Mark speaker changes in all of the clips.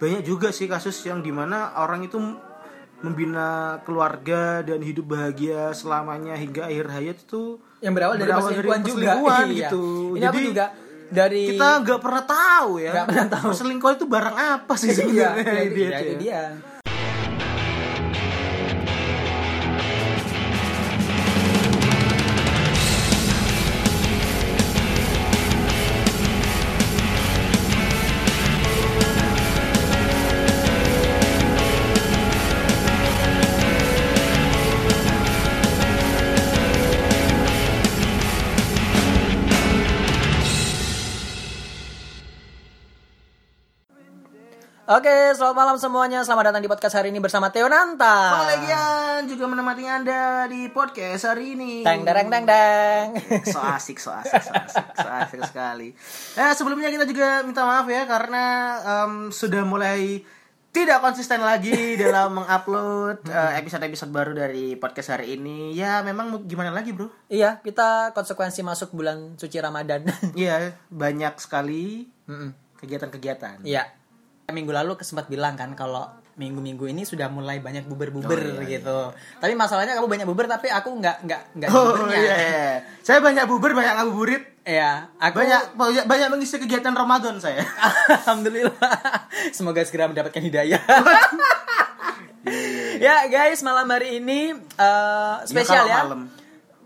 Speaker 1: banyak juga sih kasus yang dimana orang itu membina keluarga dan hidup bahagia selamanya hingga akhir hayat itu
Speaker 2: yang berawal dari
Speaker 1: Berawal dari
Speaker 2: perselingkuhan juga
Speaker 1: perselingkuhan
Speaker 2: Iya.
Speaker 1: gitu.
Speaker 2: ini aku
Speaker 1: Jadi,
Speaker 2: juga dari
Speaker 1: kita nggak pernah tahu ya
Speaker 2: Nggak pernah tahu.
Speaker 1: selingkuh itu barang apa sih
Speaker 2: Iya,
Speaker 1: sebenarnya
Speaker 2: iya,
Speaker 1: Itu
Speaker 2: iya,
Speaker 1: aja
Speaker 2: itu
Speaker 1: ya.
Speaker 2: dia. Oke, selamat malam semuanya. Selamat datang di podcast hari ini bersama Theo Nanta.
Speaker 1: Kolegian juga menemani Anda di podcast hari ini.
Speaker 2: Teng dereng teng deng.
Speaker 1: So asik, so asik, so asik, so asik sekali. Nah, sebelumnya kita juga minta maaf ya karena em, sudah mulai tidak konsisten lagi dalam mengupload eh, episode-episode baru dari podcast hari ini. Ya, memang mau gimana lagi, Bro?
Speaker 2: iya, kita konsekuensi masuk bulan suci Ramadan.
Speaker 1: Iya, banyak sekali
Speaker 2: Mm-mm.
Speaker 1: kegiatan-kegiatan.
Speaker 2: Iya. Minggu lalu kesempat bilang kan kalau minggu-minggu ini sudah mulai banyak
Speaker 1: Oh,
Speaker 2: buber-buber
Speaker 1: iya,
Speaker 2: gitu. Tapi masalahnya kamu banyak buber tapi aku nggak nggak nggak
Speaker 1: Oh
Speaker 2: bubernya.
Speaker 1: iya, iya. Saya banyak buber, banyak ngabuburit,
Speaker 2: Iya, aku
Speaker 1: banyak banyak banyak mengisi kegiatan Ramadan saya.
Speaker 2: Alhamdulillah. Semoga segera mendapatkan hidayah. ya guys, malam hari ini eh,
Speaker 1: Iya.
Speaker 2: spesial
Speaker 1: kalau
Speaker 2: ya.
Speaker 1: malam.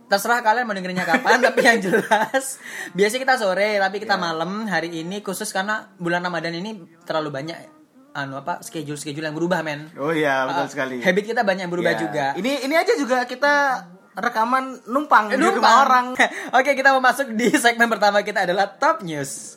Speaker 2: Terserah kalian mau dengerinnya kapan, tapi yang jelas biasanya kita sore, tapi kita
Speaker 1: Iya.
Speaker 2: malam hari ini khusus karena bulan Ramadan ini terlalu banyak anu apa schedule-schedule yang berubah, men.
Speaker 1: Oh iya, betul
Speaker 2: Eh,
Speaker 1: sekali.
Speaker 2: Habit kita banyak yang berubah
Speaker 1: Ya.
Speaker 2: juga.
Speaker 1: Ini ini aja juga kita rekaman numpang,
Speaker 2: Eh,
Speaker 1: di
Speaker 2: numpang.
Speaker 1: rumah orang.
Speaker 2: Oke, kita mau masuk di segmen pertama kita adalah Top News.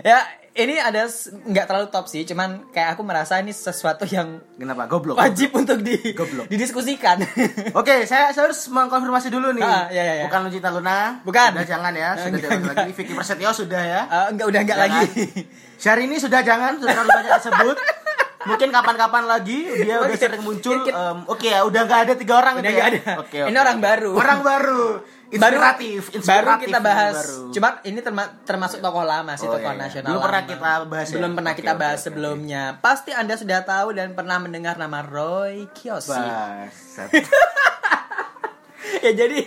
Speaker 2: Ya, ini ada s- nggak terlalu top sih, cuman kayak aku merasa ini sesuatu yang
Speaker 1: Kenapa goblok?
Speaker 2: wajib untuk di
Speaker 1: Goblok.
Speaker 2: didiskusikan. Eh,
Speaker 1: Oke, saya, saya harus mengkonfirmasi dulu nih.
Speaker 2: Ah, iya, iya, iya.
Speaker 1: Bukan Lucinta Luna.
Speaker 2: Bukan. Ah, iya,
Speaker 1: Sudah jangan ya. Sudah
Speaker 2: Enggak,
Speaker 1: jangan lagi.
Speaker 2: enggak.
Speaker 1: Ini Vicky Prasetyo sudah ya.
Speaker 2: Eh, enggak udah enggak lagi.
Speaker 1: Syahrini ini sudah jangan, sudah terlalu banyak disebut. Mungkin kapan-kapan lagi dia udah
Speaker 2: Oke.
Speaker 1: sering muncul. em, Oke ya, udah nggak ada tiga orang.
Speaker 2: Udah
Speaker 1: itu ya.
Speaker 2: nggak ada.
Speaker 1: Oke,
Speaker 2: Ini
Speaker 1: oke.
Speaker 2: orang baru.
Speaker 1: Orang baru. Inspiratif.
Speaker 2: baru, baru
Speaker 1: inspiratif,
Speaker 2: kita
Speaker 1: ini
Speaker 2: bahas.
Speaker 1: baru.
Speaker 2: Cuman ini terma- termasuk tokoh lama sih,
Speaker 1: Oh,
Speaker 2: tokoh
Speaker 1: iya, iya.
Speaker 2: nasional.
Speaker 1: Belum pernah
Speaker 2: lama.
Speaker 1: kita bahas. ya?
Speaker 2: Belum pernah
Speaker 1: Oke,
Speaker 2: kita
Speaker 1: oke,
Speaker 2: bahas
Speaker 1: oke, oke.
Speaker 2: sebelumnya. Pasti Anda sudah tahu dan pernah mendengar nama Roy Kiyoshi.
Speaker 1: Bangsat.
Speaker 2: ya jadi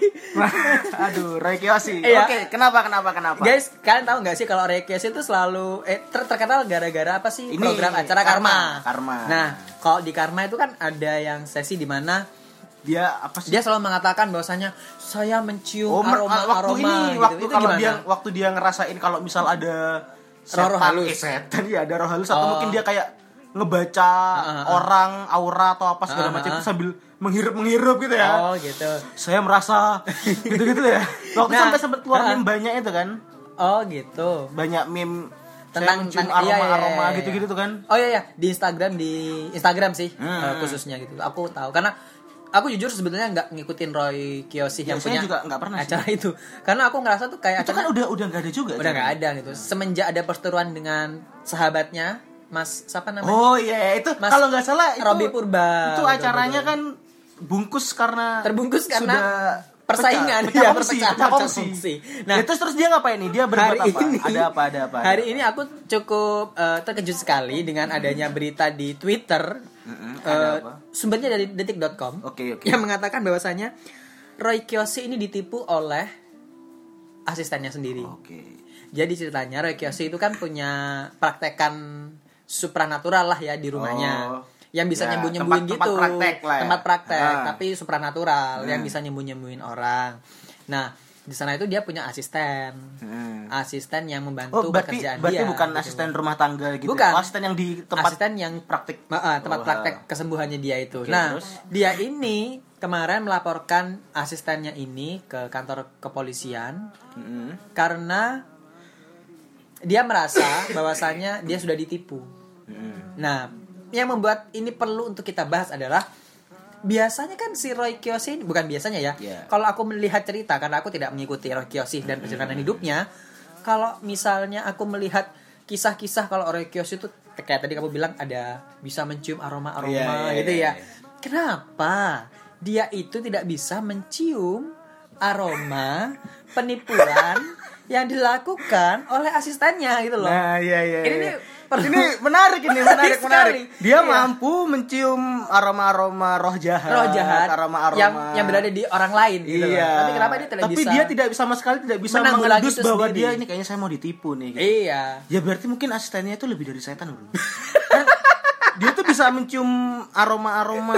Speaker 1: Aduh, Roy Kiyoshi.
Speaker 2: Iya.
Speaker 1: Oke, kenapa kenapa kenapa?
Speaker 2: guys, kalian tahu nggak sih kalau Roy Kiyoshi itu selalu eh ter- terkenal gara-gara apa sih?
Speaker 1: Ini,
Speaker 2: program acara
Speaker 1: Karma,
Speaker 2: Karma.
Speaker 1: Karma.
Speaker 2: Nah, kalau di Karma itu kan ada yang sesi di mana
Speaker 1: Dia apa sih?
Speaker 2: dia selalu mengatakan bahwasanya saya mencium
Speaker 1: Oh, mer-
Speaker 2: aroma
Speaker 1: waktu
Speaker 2: aroma
Speaker 1: ini
Speaker 2: gitu.
Speaker 1: waktu
Speaker 2: Itu
Speaker 1: kalau
Speaker 2: gimana?
Speaker 1: dia waktu dia ngerasain kalau misal ada
Speaker 2: Roh-roh halus.
Speaker 1: eh, setan ya ada roh halus atau
Speaker 2: Oh.
Speaker 1: mungkin dia kayak ngebaca
Speaker 2: ah, ah.
Speaker 1: orang aura atau apa segala
Speaker 2: Ah, ah,
Speaker 1: macam itu
Speaker 2: ah.
Speaker 1: sambil menghirup menghirup gitu ya.
Speaker 2: Oh, gitu.
Speaker 1: Saya merasa gitu-gitu ya. Waktu
Speaker 2: Nah,
Speaker 1: sampai sempat keluar
Speaker 2: ah, ah.
Speaker 1: meme banyak itu kan.
Speaker 2: Oh, gitu.
Speaker 1: Banyak meme saya
Speaker 2: Tentang-
Speaker 1: mencium
Speaker 2: tentang- iya, iya, iya,
Speaker 1: aroma-aroma
Speaker 2: iya.
Speaker 1: gitu-gitu tuh kan. Hmm.
Speaker 2: Oh iya ya di Instagram di Instagram sih eh, khususnya gitu. Aku tahu karena aku jujur sebetulnya nggak ngikutin Roy Kiyoshi
Speaker 1: Ya,
Speaker 2: yang
Speaker 1: saya
Speaker 2: punya
Speaker 1: juga nggak pernah sih.
Speaker 2: acara itu. Karena aku ngerasa tuh
Speaker 1: Itu
Speaker 2: kayak
Speaker 1: kan
Speaker 2: acara
Speaker 1: udah udah nggak ada juga.
Speaker 2: Iya,
Speaker 1: kan?
Speaker 2: udah
Speaker 1: Jan.
Speaker 2: nggak ada gitu. Semenjak ada perseteruan dengan sahabatnya Mas siapa namanya?
Speaker 1: Oh iya itu
Speaker 2: Mas
Speaker 1: kalau nggak salah itu
Speaker 2: Robby Purba.
Speaker 1: Itu
Speaker 2: gitu,
Speaker 1: acaranya kan bungkus karena
Speaker 2: Terbungkus karena
Speaker 1: sudah
Speaker 2: persaingan.
Speaker 1: pecah, pecah
Speaker 2: Iya,
Speaker 1: kongsi,
Speaker 2: pecah-
Speaker 1: pecah
Speaker 2: pecah
Speaker 1: kongsi.
Speaker 2: kongsi. Nah,
Speaker 1: Nah, terus terus dia ngapain nih? Dia berbuat apa? ada apa ada apa?
Speaker 2: Hari ini aku cukup eh, terkejut sekali dengan adanya berita di Twitter.
Speaker 1: ada
Speaker 2: Eh,
Speaker 1: apa?
Speaker 2: sumbernya dari detik.com.
Speaker 1: Oke, oke.
Speaker 2: Yang mengatakan bahwasannya Roy Kiyoshi ini ditipu oleh asistennya sendiri.
Speaker 1: Oke.
Speaker 2: Jadi ceritanya Roy Kiyoshi itu kan punya praktekan supranatural lah ya di rumahnya.
Speaker 1: Oh.
Speaker 2: yang bisa
Speaker 1: Ya,
Speaker 2: nyembuh-nyembuhin
Speaker 1: tempat-
Speaker 2: gitu.
Speaker 1: tempat praktek lah ya.
Speaker 2: Tempat praktek,
Speaker 1: Ah. Hmm.
Speaker 2: tapi supranatural yang bisa nyembuh-nyembuhin orang. Nah, di sana itu dia punya asisten.
Speaker 1: Hmm.
Speaker 2: Asisten yang
Speaker 1: Oh,
Speaker 2: membantu
Speaker 1: berarti
Speaker 2: pekerjaan
Speaker 1: berarti
Speaker 2: dia.
Speaker 1: bukan
Speaker 2: gitu.
Speaker 1: asisten rumah tangga gitu.
Speaker 2: Bukan.
Speaker 1: Oh, asisten yang di tempat
Speaker 2: asisten yang
Speaker 1: praktik.
Speaker 2: Ma- ah,
Speaker 1: Oh,
Speaker 2: tempat praktek
Speaker 1: ah.
Speaker 2: kesembuhannya dia itu.
Speaker 1: Oke,
Speaker 2: nah,
Speaker 1: terus?
Speaker 2: dia ini kemarin melaporkan asistennya ini ke kantor kepolisian
Speaker 1: Mm-mm.
Speaker 2: karena dia merasa bahwasannya dia sudah ditipu.
Speaker 1: hmm.
Speaker 2: Nah, yang membuat ini perlu untuk kita bahas adalah biasanya kan si Roy Kiyoshi ini- bukan biasanya ya.
Speaker 1: Iya. Hmm.
Speaker 2: Kalau aku melihat cerita karena aku tidak mengikuti Roy Kiyoshi dan perjalanan hidupnya, kalau misalnya aku melihat kisah-kisah kalau Roy Kiyoshi itu kayak tadi kamu bilang ada bisa mencium aroma-aroma
Speaker 1: Iya, iya,
Speaker 2: gitu
Speaker 1: iya,
Speaker 2: ya.
Speaker 1: iya.
Speaker 2: Kenapa dia itu tidak bisa mencium aroma penipuan yang dilakukan oleh asistennya gitu loh.
Speaker 1: Nah, iya iya.
Speaker 2: Ini-
Speaker 1: iya.
Speaker 2: ini perlu-
Speaker 1: ini menarik ini,
Speaker 2: menarik
Speaker 1: menarik, menarik.
Speaker 2: sekali.
Speaker 1: Dia
Speaker 2: Iya.
Speaker 1: mampu mencium aroma-aroma roh jahat,
Speaker 2: roh jahat
Speaker 1: aroma-aroma
Speaker 2: yang yang berada di orang lain gitu loh.
Speaker 1: Iya.
Speaker 2: Tapi kenapa dia tidak
Speaker 1: Tapi
Speaker 2: bisa?
Speaker 1: dia tidak sama sekali tidak bisa
Speaker 2: menanggulangi
Speaker 1: mengendus
Speaker 2: itu
Speaker 1: bahwa
Speaker 2: sendiri.
Speaker 1: dia ini kayaknya saya mau ditipu nih. gitu.
Speaker 2: Iya.
Speaker 1: Ya berarti mungkin asistennya itu lebih dari setan, Bro. Kan dia tuh bisa mencium aroma-aroma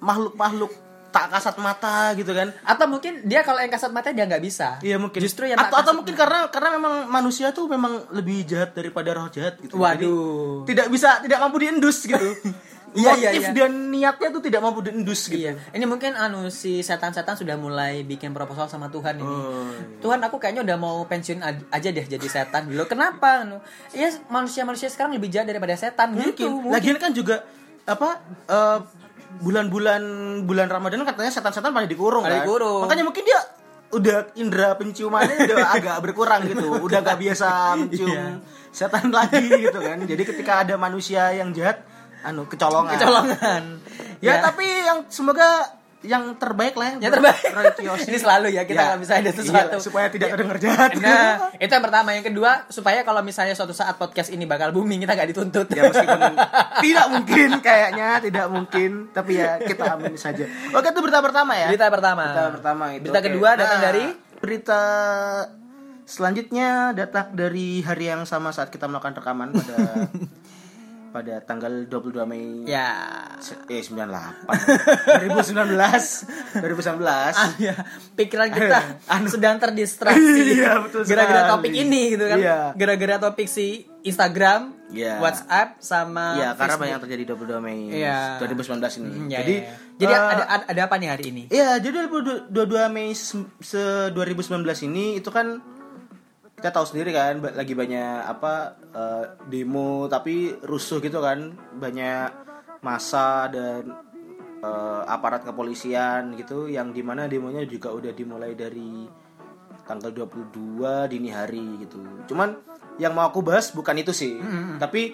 Speaker 1: makhluk-makhluk tak kasat mata gitu kan.
Speaker 2: Atau mungkin dia kalau yang kasat mata dia nggak bisa.
Speaker 1: Iya mungkin.
Speaker 2: Justru yang
Speaker 1: atau,
Speaker 2: tak
Speaker 1: atau
Speaker 2: kasat
Speaker 1: mungkin karena karena memang manusia tuh memang lebih jahat daripada roh jahat gitu. Jadi
Speaker 2: Waduh.
Speaker 1: tidak bisa tidak mampu diendus gitu.
Speaker 2: Iya, iya,
Speaker 1: Motif
Speaker 2: iya.
Speaker 1: dan niatnya tuh tidak mampu diendus gitu.
Speaker 2: Iya. Ini mungkin anu si setan-setan sudah mulai bikin proposal sama Tuhan ini.
Speaker 1: Oh,
Speaker 2: Tuhan aku kayaknya udah mau pensiun a- aja deh jadi setan dulu. Kenapa? Anu? Iya manusia-manusia sekarang lebih jahat daripada setan
Speaker 1: Mungkin.
Speaker 2: gitu.
Speaker 1: Lagian kan juga apa eh, bulan-bulan bulan Ramadan katanya setan-setan pada dikurung
Speaker 2: Pada
Speaker 1: kan?
Speaker 2: dikurung.
Speaker 1: Makanya mungkin dia udah indera penciumannya udah agak berkurang gitu. Udah gak biasa
Speaker 2: Iya.
Speaker 1: mencium setan lagi gitu kan. Jadi ketika ada manusia yang jahat anu kecolongan.
Speaker 2: Kecolongan.
Speaker 1: Ya,
Speaker 2: Iya.
Speaker 1: tapi yang semoga yang terbaik lah ya
Speaker 2: yang terbaik.
Speaker 1: Roy Kiyoshi.
Speaker 2: Ini selalu ya kita
Speaker 1: Ya.
Speaker 2: nggak bisa ada sesuatu.
Speaker 1: Iya, supaya tidak terdengar jahat.
Speaker 2: Nah, itu yang pertama. Yang kedua, supaya kalau misalnya suatu saat podcast ini bakal booming, kita nggak dituntut.
Speaker 1: ya meskipun tidak mungkin kayaknya tidak mungkin tapi ya kita amini saja. Oke itu berita pertama ya.
Speaker 2: Berita pertama.
Speaker 1: Berita pertama itu.
Speaker 2: Berita
Speaker 1: oke.
Speaker 2: kedua datang
Speaker 1: Nah,
Speaker 2: dari
Speaker 1: berita selanjutnya datang dari hari yang sama saat kita melakukan rekaman pada pada tanggal 22 Mei
Speaker 2: ya.
Speaker 1: se- eh 98 2019 2019
Speaker 2: Ah, ya. pikiran kita sedang terdistraksi
Speaker 1: Iya, betul
Speaker 2: gara-gara
Speaker 1: sekali.
Speaker 2: topik ini gitu kan
Speaker 1: Iya.
Speaker 2: gara-gara topik si Instagram,
Speaker 1: Iya.
Speaker 2: WhatsApp sama
Speaker 1: Iya, karena
Speaker 2: Ah, Facebook.
Speaker 1: banyak terjadi 22 Mei
Speaker 2: Iya.
Speaker 1: 2019 ini.
Speaker 2: Iya,
Speaker 1: jadi
Speaker 2: iya, iya. jadi
Speaker 1: eh,
Speaker 2: ada, ada ada apa nih hari ini?
Speaker 1: Iya, jadi 22 Mei se se- 2019 ini itu kan kita tahu sendiri kan ba- lagi banyak apa eh, demo tapi rusuh gitu kan, banyak massa dan eh, aparat kepolisian gitu yang dimana demonya juga udah dimulai dari tanggal 22 dini hari gitu. Cuman yang mau aku bahas bukan itu sih, tapi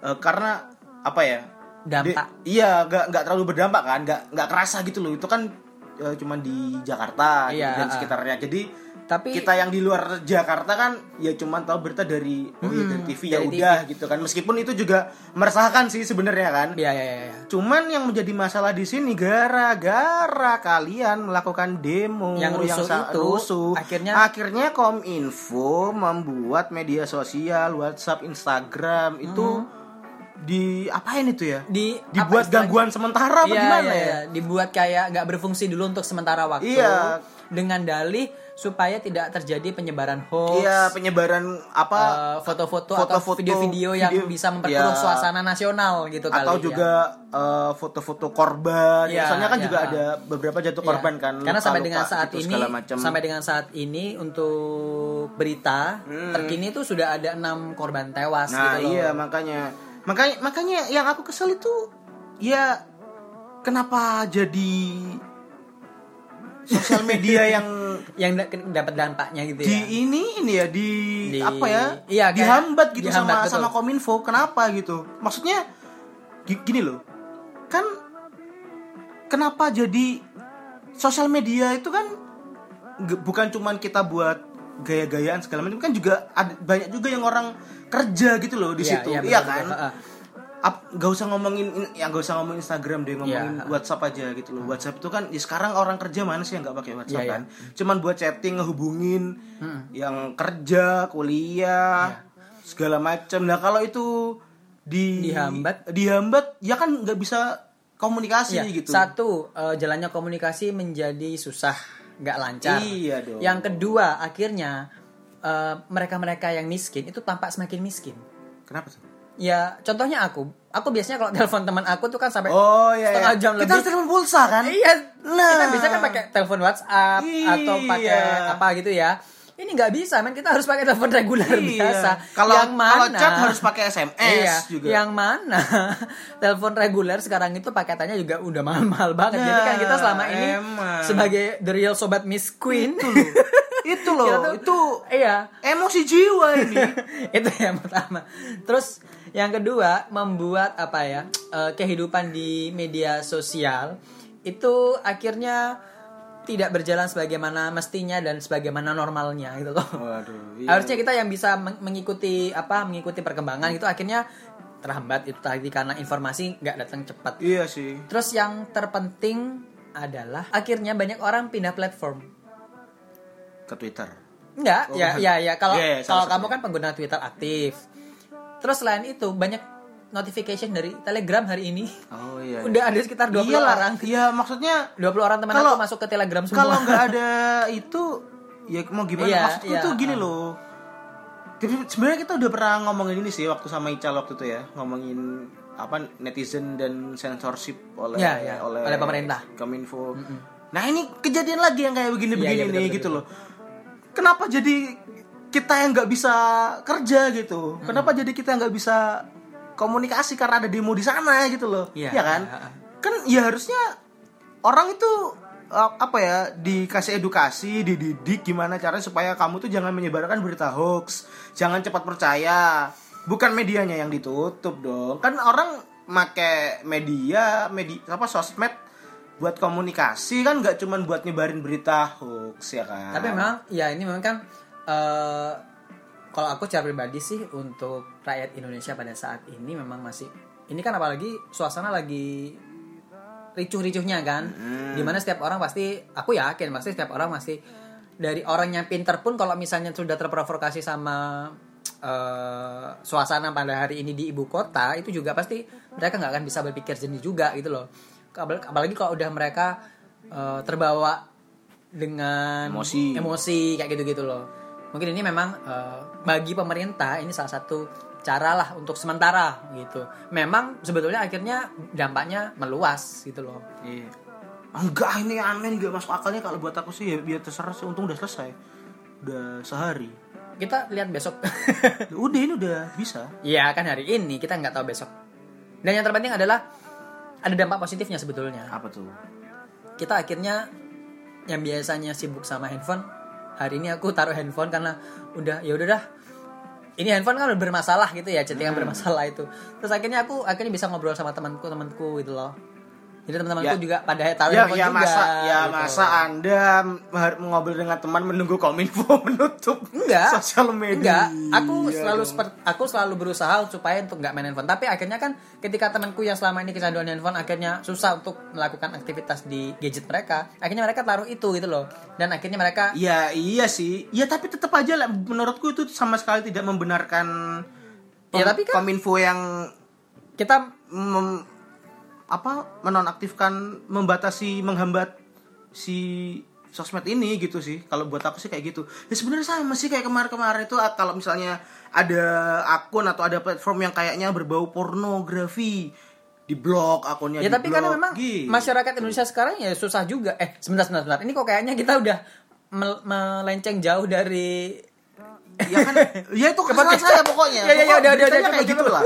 Speaker 1: eh, karena apa ya?
Speaker 2: Dampak.
Speaker 1: Di- iya, nggak nggak terlalu berdampak kan, nggak nggak kerasa gitu loh. Itu kan eh, cuman di Jakarta gitu,
Speaker 2: Iya,
Speaker 1: dan
Speaker 2: ah.
Speaker 1: sekitarnya. Jadi
Speaker 2: Tapi-
Speaker 1: kita yang di luar Jakarta kan ya cuman tahu berita dari oh iya, dari TV ya
Speaker 2: Hmm, dari
Speaker 1: udah gitu kan. Meskipun itu juga meresahkan sih sebenarnya kan.
Speaker 2: Iya, iya, iya. iya.
Speaker 1: Cuman yang menjadi masalah di sini gara-gara kalian melakukan demo
Speaker 2: Yang rusuh
Speaker 1: sa-
Speaker 2: itu,
Speaker 1: rusuh.
Speaker 2: akhirnya-
Speaker 1: akhirnya Kominfo membuat media sosial, WhatsApp, Instagram itu
Speaker 2: Hmm.
Speaker 1: di apain itu ya?
Speaker 2: Di
Speaker 1: dibuat
Speaker 2: apa istilahnya?
Speaker 1: gangguan sementara apa
Speaker 2: Iya,
Speaker 1: gimana
Speaker 2: iya,
Speaker 1: ya?
Speaker 2: iya. dibuat kayak nggak berfungsi dulu untuk sementara waktu
Speaker 1: Iya.
Speaker 2: dengan dalih supaya tidak terjadi penyebaran hoax
Speaker 1: Iya, penyebaran apa
Speaker 2: eh, foto-foto atau
Speaker 1: foto-foto,
Speaker 2: video-video yang
Speaker 1: video-
Speaker 2: bisa
Speaker 1: iya.
Speaker 2: memperkeruh suasana nasional gitu kali
Speaker 1: atau
Speaker 2: ya.
Speaker 1: juga eh, foto-foto korban.
Speaker 2: Iya,
Speaker 1: Soalnya kan
Speaker 2: iya.
Speaker 1: juga ada beberapa jatuh
Speaker 2: Iya.
Speaker 1: korban kan.
Speaker 2: Karena
Speaker 1: luka-luka
Speaker 2: sampai dengan saat
Speaker 1: gitu,
Speaker 2: ini
Speaker 1: segala macam.
Speaker 2: sampai dengan saat ini untuk berita terkini itu sudah ada enam korban tewas
Speaker 1: Hmm. Nah
Speaker 2: gitu loh.
Speaker 1: iya makanya makanya makanya yang aku kesel itu ya kenapa jadi sosial media yang
Speaker 2: yang da- dapat dampaknya gitu
Speaker 1: di
Speaker 2: ya.
Speaker 1: ini ini ya di,
Speaker 2: Di-
Speaker 1: apa ya
Speaker 2: iya, kayak
Speaker 1: dihambat gitu
Speaker 2: dihambat,
Speaker 1: sama
Speaker 2: betul.
Speaker 1: sama kominfo kenapa gitu maksudnya gi- gini loh kan kenapa jadi sosial media itu kan nge- bukan cuman kita buat gaya-gayaan segala macam kan juga ada, banyak juga yang orang kerja gitu loh di
Speaker 2: Iya,
Speaker 1: situ
Speaker 2: iya,
Speaker 1: iya
Speaker 2: betul,
Speaker 1: kan
Speaker 2: betul. Ha-ha.
Speaker 1: Ap- nggak usah ngomongin in- ya nggak usah ngomongin Instagram deh ngomongin
Speaker 2: Iya.
Speaker 1: WhatsApp aja gitu loh WhatsApp itu kan ya sekarang orang kerja mana sih yang nggak pakai WhatsApp
Speaker 2: Ah. Iya, Hmm.
Speaker 1: kan cuman buat chatting ngehubungin yang kerja kuliah
Speaker 2: Iya.
Speaker 1: segala macam nah kalau itu di
Speaker 2: Dihambat.
Speaker 1: dihambat ya kan nggak bisa komunikasi
Speaker 2: Iya,
Speaker 1: gitu
Speaker 2: Satu, eh, jalannya komunikasi menjadi susah, nggak lancar.
Speaker 1: Iya dong.
Speaker 2: Yang kedua, akhirnya eh, mereka-mereka yang miskin itu tampak semakin miskin.
Speaker 1: kenapa sih
Speaker 2: Ya, contohnya aku, aku biasanya kalau telepon teman aku tuh kan sampai
Speaker 1: oh ya
Speaker 2: setengah jam
Speaker 1: kita harus
Speaker 2: lebih.
Speaker 1: telepon pulsa kan
Speaker 2: Iya,
Speaker 1: Nah.
Speaker 2: kita bisa kan pakai telepon WhatsApp atau pakai
Speaker 1: Iya.
Speaker 2: apa gitu ya. Ini nggak bisa, men. Kita harus pakai telepon reguler
Speaker 1: Iya.
Speaker 2: biasa.
Speaker 1: kalau
Speaker 2: yang
Speaker 1: kalau
Speaker 2: mana?
Speaker 1: chat harus pakai SMS
Speaker 2: Iya,
Speaker 1: juga
Speaker 2: yang mana telepon reguler sekarang itu paketannya juga udah mahal-mahal banget. Jadi kan
Speaker 1: Nah,
Speaker 2: kita selama ini
Speaker 1: emang.
Speaker 2: sebagai the real sobat Miss Queen
Speaker 1: itu loh itu loh
Speaker 2: Kita tuh-
Speaker 1: itu
Speaker 2: iya,
Speaker 1: emosi jiwa ini
Speaker 2: itu yang pertama. Terus yang kedua membuat apa ya eh, kehidupan di media sosial itu akhirnya tidak berjalan sebagaimana mestinya dan sebagaimana normalnya gitu loh.
Speaker 1: Waduh. iya.
Speaker 2: Harusnya kita yang bisa meng- mengikuti apa mengikuti perkembangan itu akhirnya terhambat itu tadi karena informasi nggak datang cepat.
Speaker 1: Iya sih.
Speaker 2: Terus yang terpenting adalah akhirnya banyak orang pindah platform.
Speaker 1: Ke Twitter.
Speaker 2: Enggak,
Speaker 1: Oh,
Speaker 2: ya,
Speaker 1: bukan.
Speaker 2: ya, ya. Kalau
Speaker 1: Iya, iya,
Speaker 2: kalau
Speaker 1: salah
Speaker 2: kamu
Speaker 1: satunya.
Speaker 2: kan pengguna Twitter aktif. Terus selain itu banyak notification dari Telegram hari ini.
Speaker 1: Oh iya.
Speaker 2: Udah ada sekitar 20
Speaker 1: Iyalah,
Speaker 2: orang.
Speaker 1: Iya maksudnya
Speaker 2: 20 orang teman
Speaker 1: Kalau-
Speaker 2: aku masuk ke Telegram semua.
Speaker 1: kalau nggak ada itu ya mau gimana
Speaker 2: Iya,
Speaker 1: maksudku
Speaker 2: iya,
Speaker 1: tuh gini
Speaker 2: um.
Speaker 1: loh. Tapi sebenarnya kita udah pernah ngomongin ini sih waktu sama Ical waktu itu ya ngomongin apa netizen dan censorship oleh
Speaker 2: Iya, iya, oleh pemerintah.
Speaker 1: Kominfo. Nah ini kejadian lagi yang kayak begini-begini
Speaker 2: Iya, iya,
Speaker 1: nih
Speaker 2: betul,
Speaker 1: gitu loh. Kenapa jadi kita yang nggak bisa kerja gitu? Kenapa jadi kita nggak bisa komunikasi karena ada demo di sana gitu loh?
Speaker 2: Iya,
Speaker 1: ya kan?
Speaker 2: iya.
Speaker 1: Kan ya harusnya orang itu eh, apa ya dikasih edukasi, dididik gimana caranya supaya kamu tuh jangan menyebarkan berita hoax, jangan cepat percaya. Bukan medianya yang ditutup dong. Kan orang make media, media apa sosmed buat komunikasi kan nggak cuman buat nyebarin berita hoax ya kan.
Speaker 2: Tapi memang ya ini memang kan eh, kalau aku secara pribadi sih untuk rakyat Indonesia pada saat ini memang masih ini kan apalagi suasana lagi ricuh-ricuhnya kan. Dimana setiap orang pasti aku yakin pasti setiap orang pasti dari orang yang pinter pun kalau misalnya sudah terprovokasi sama eh, suasana pada hari ini di ibu kota itu juga pasti mereka nggak akan bisa berpikir jernih juga gitu loh. Apal- Apalagi kalau udah mereka eh, terbawa dengan
Speaker 1: Emosi.
Speaker 2: emosi kayak gitu-gitu loh. Mungkin ini memang eh, bagi pemerintah ini salah satu cara lah untuk sementara gitu. Memang sebetulnya akhirnya dampaknya meluas gitu loh.
Speaker 1: Iya. Enggak ini aneh nggak masuk akalnya kalau buat aku sih ya biar terserah sih untung udah selesai. Udah sehari.
Speaker 2: Kita lihat besok.
Speaker 1: Udah ini udah bisa.
Speaker 2: Iya kan hari ini kita nggak tahu besok. Dan yang terpenting adalah ada dampak positifnya sebetulnya.
Speaker 1: Apa tuh?
Speaker 2: Kita akhirnya yang biasanya sibuk sama handphone, hari ini aku taruh handphone karena udah ya udah dah. Ini handphone kan bermasalah gitu ya, chattingan
Speaker 1: Hmm.
Speaker 2: bermasalah itu. Terus akhirnya aku akhirnya bisa ngobrol sama temanku temanku gitu loh. Jadi
Speaker 1: Ya.
Speaker 2: teman-temanku juga pada taruh
Speaker 1: ya,
Speaker 2: handphone
Speaker 1: ya
Speaker 2: juga.
Speaker 1: masa ya
Speaker 2: gitu.
Speaker 1: masa anda har- ngobrol dengan teman menunggu kominfo menutup
Speaker 2: Enggak.
Speaker 1: sosial media
Speaker 2: Enggak, aku
Speaker 1: Iya
Speaker 2: selalu
Speaker 1: dong.
Speaker 2: seper- aku selalu berusaha supaya untuk nggak main handphone. Tapi akhirnya kan ketika temanku yang selama ini kecanduan handphone akhirnya susah untuk melakukan aktivitas di gadget mereka. Akhirnya mereka taruh itu gitu loh. Dan akhirnya mereka
Speaker 1: ya iya sih ya tapi tetap aja lah menurutku itu sama sekali tidak membenarkan
Speaker 2: Ya,
Speaker 1: pem-
Speaker 2: tapi kan-
Speaker 1: kominfo yang
Speaker 2: kita
Speaker 1: mem- apa menonaktifkan membatasi menghambat si sosmed ini gitu sih kalau buat aku sih kayak gitu ya sebenarnya sama sih kayak kemarin-kemarin itu ah, kalau misalnya ada akun atau ada platform yang kayaknya berbau pornografi di blog akunnya
Speaker 2: ya
Speaker 1: di
Speaker 2: tapi karena memang
Speaker 1: gitu.
Speaker 2: masyarakat Indonesia sekarang ya susah juga. Eh, sebentar sebentar sebentar. Ini kok kayaknya kita udah mel- melenceng jauh dari
Speaker 1: ya kan ya itu kesalahan saya pokoknya
Speaker 2: Ya, ya, ya,
Speaker 1: Pokok
Speaker 2: udah, udah,
Speaker 1: beritanya
Speaker 2: udah,
Speaker 1: kayak
Speaker 2: coba,
Speaker 1: gitu
Speaker 2: coba.
Speaker 1: lah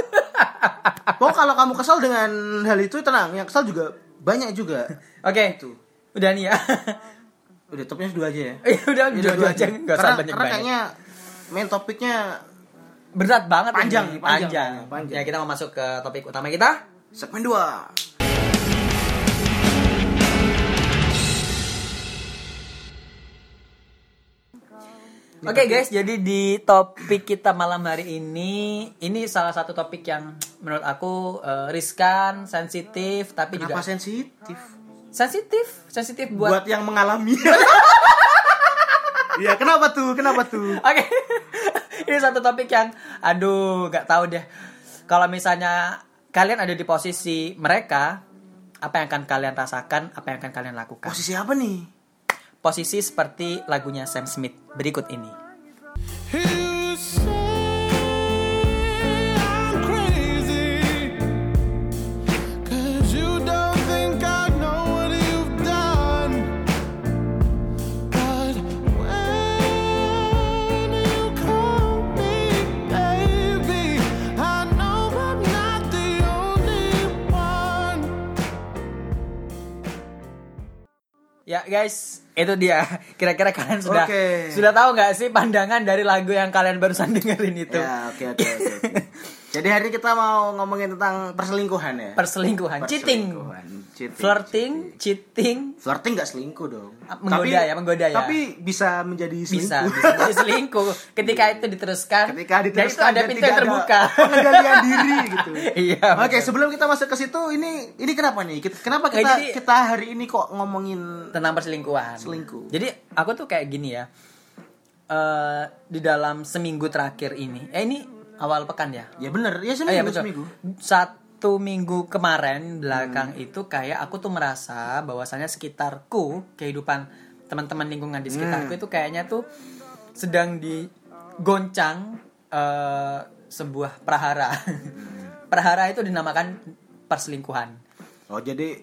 Speaker 1: pokok kalau kamu kesal dengan hal itu tenang yang kesal juga banyak juga
Speaker 2: Oke.
Speaker 1: Itu.
Speaker 2: Udah nih ya.
Speaker 1: udah topnya dua aja ya
Speaker 2: ya udah
Speaker 1: Ya,
Speaker 2: dua-dua aja nggak usah
Speaker 1: karena,
Speaker 2: banyak
Speaker 1: karena kayaknya main topiknya
Speaker 2: Berat banget
Speaker 1: Panjang
Speaker 2: ini.
Speaker 1: nih, panjang.
Speaker 2: panjang.
Speaker 1: Panjang.
Speaker 2: Ya kita mau masuk ke topik utama kita.
Speaker 1: segmen 2
Speaker 2: Oh, Oke guys, jadi di topik kita malam hari ini, ini salah satu topik yang menurut aku eh, riskan, sensitif, tapi
Speaker 1: Kenapa
Speaker 2: juga
Speaker 1: sensitif?
Speaker 2: sensitif, sensitif buat.
Speaker 1: Buat, yang mengalami. Iya, kenapa tuh? Kenapa tuh?
Speaker 2: Oke, ini satu topik yang, aduh, nggak tahu deh. Kalau misalnya kalian ada di posisi mereka, apa yang akan kalian rasakan, apa yang akan kalian lakukan?
Speaker 1: Posisi apa nih?
Speaker 2: Posisi seperti lagunya Sam Smith berikut ini.
Speaker 3: You say I'm crazy, 'cause you don't think I know what you've done. But when you call me baby, I know I'm not the only one.
Speaker 2: Ya guys, itu dia. Kira-kira kalian sudah
Speaker 1: Oke.
Speaker 2: sudah tahu nggak sih pandangan dari lagu yang kalian barusan dengerin itu?
Speaker 1: Ya, oke oke oke. oke. Jadi hari ini kita mau ngomongin tentang perselingkuhan ya.
Speaker 2: Perselingkuhan, cheating.
Speaker 1: Perselingkuhan. Cheating,
Speaker 2: flirting, cheating,
Speaker 1: Flirting gak selingkuh dong.
Speaker 2: Ah, menggoda ya, menggoda ya.
Speaker 1: Tapi bisa menjadi
Speaker 2: bisa,
Speaker 1: selingkuh.
Speaker 2: bisa jadi selingkuh ketika itu diteruskan
Speaker 1: Ketika diteruskan dan
Speaker 2: dan itu ada pintu
Speaker 1: tidak
Speaker 2: yang terbuka
Speaker 1: pengendalian diri gitu.
Speaker 2: Iya,
Speaker 1: Oke,
Speaker 2: betul.
Speaker 1: sebelum kita masuk ke situ ini ini kenapa nih? Kita- Kenapa
Speaker 2: Ya,
Speaker 1: kita
Speaker 2: jadi-
Speaker 1: kita hari ini kok ngomongin
Speaker 2: tentang perselingkuhan
Speaker 1: Selingkuh.
Speaker 2: jadi aku tuh kayak gini ya Eh di dalam seminggu terakhir ini eh ini awal pekan ya
Speaker 1: Ya bener, ya
Speaker 2: Eh,
Speaker 1: seminggu,
Speaker 2: ya, betul.
Speaker 1: seminggu. Hmm.
Speaker 2: Satu minggu kemarin belakang itu kayak aku tuh merasa bahwasannya sekitarku kehidupan teman-teman lingkungan di
Speaker 1: Hmm.
Speaker 2: sekitarku itu kayaknya tuh sedang digoncang eh, sebuah prahara. prahara itu dinamakan perselingkuhan.
Speaker 1: Oh, jadi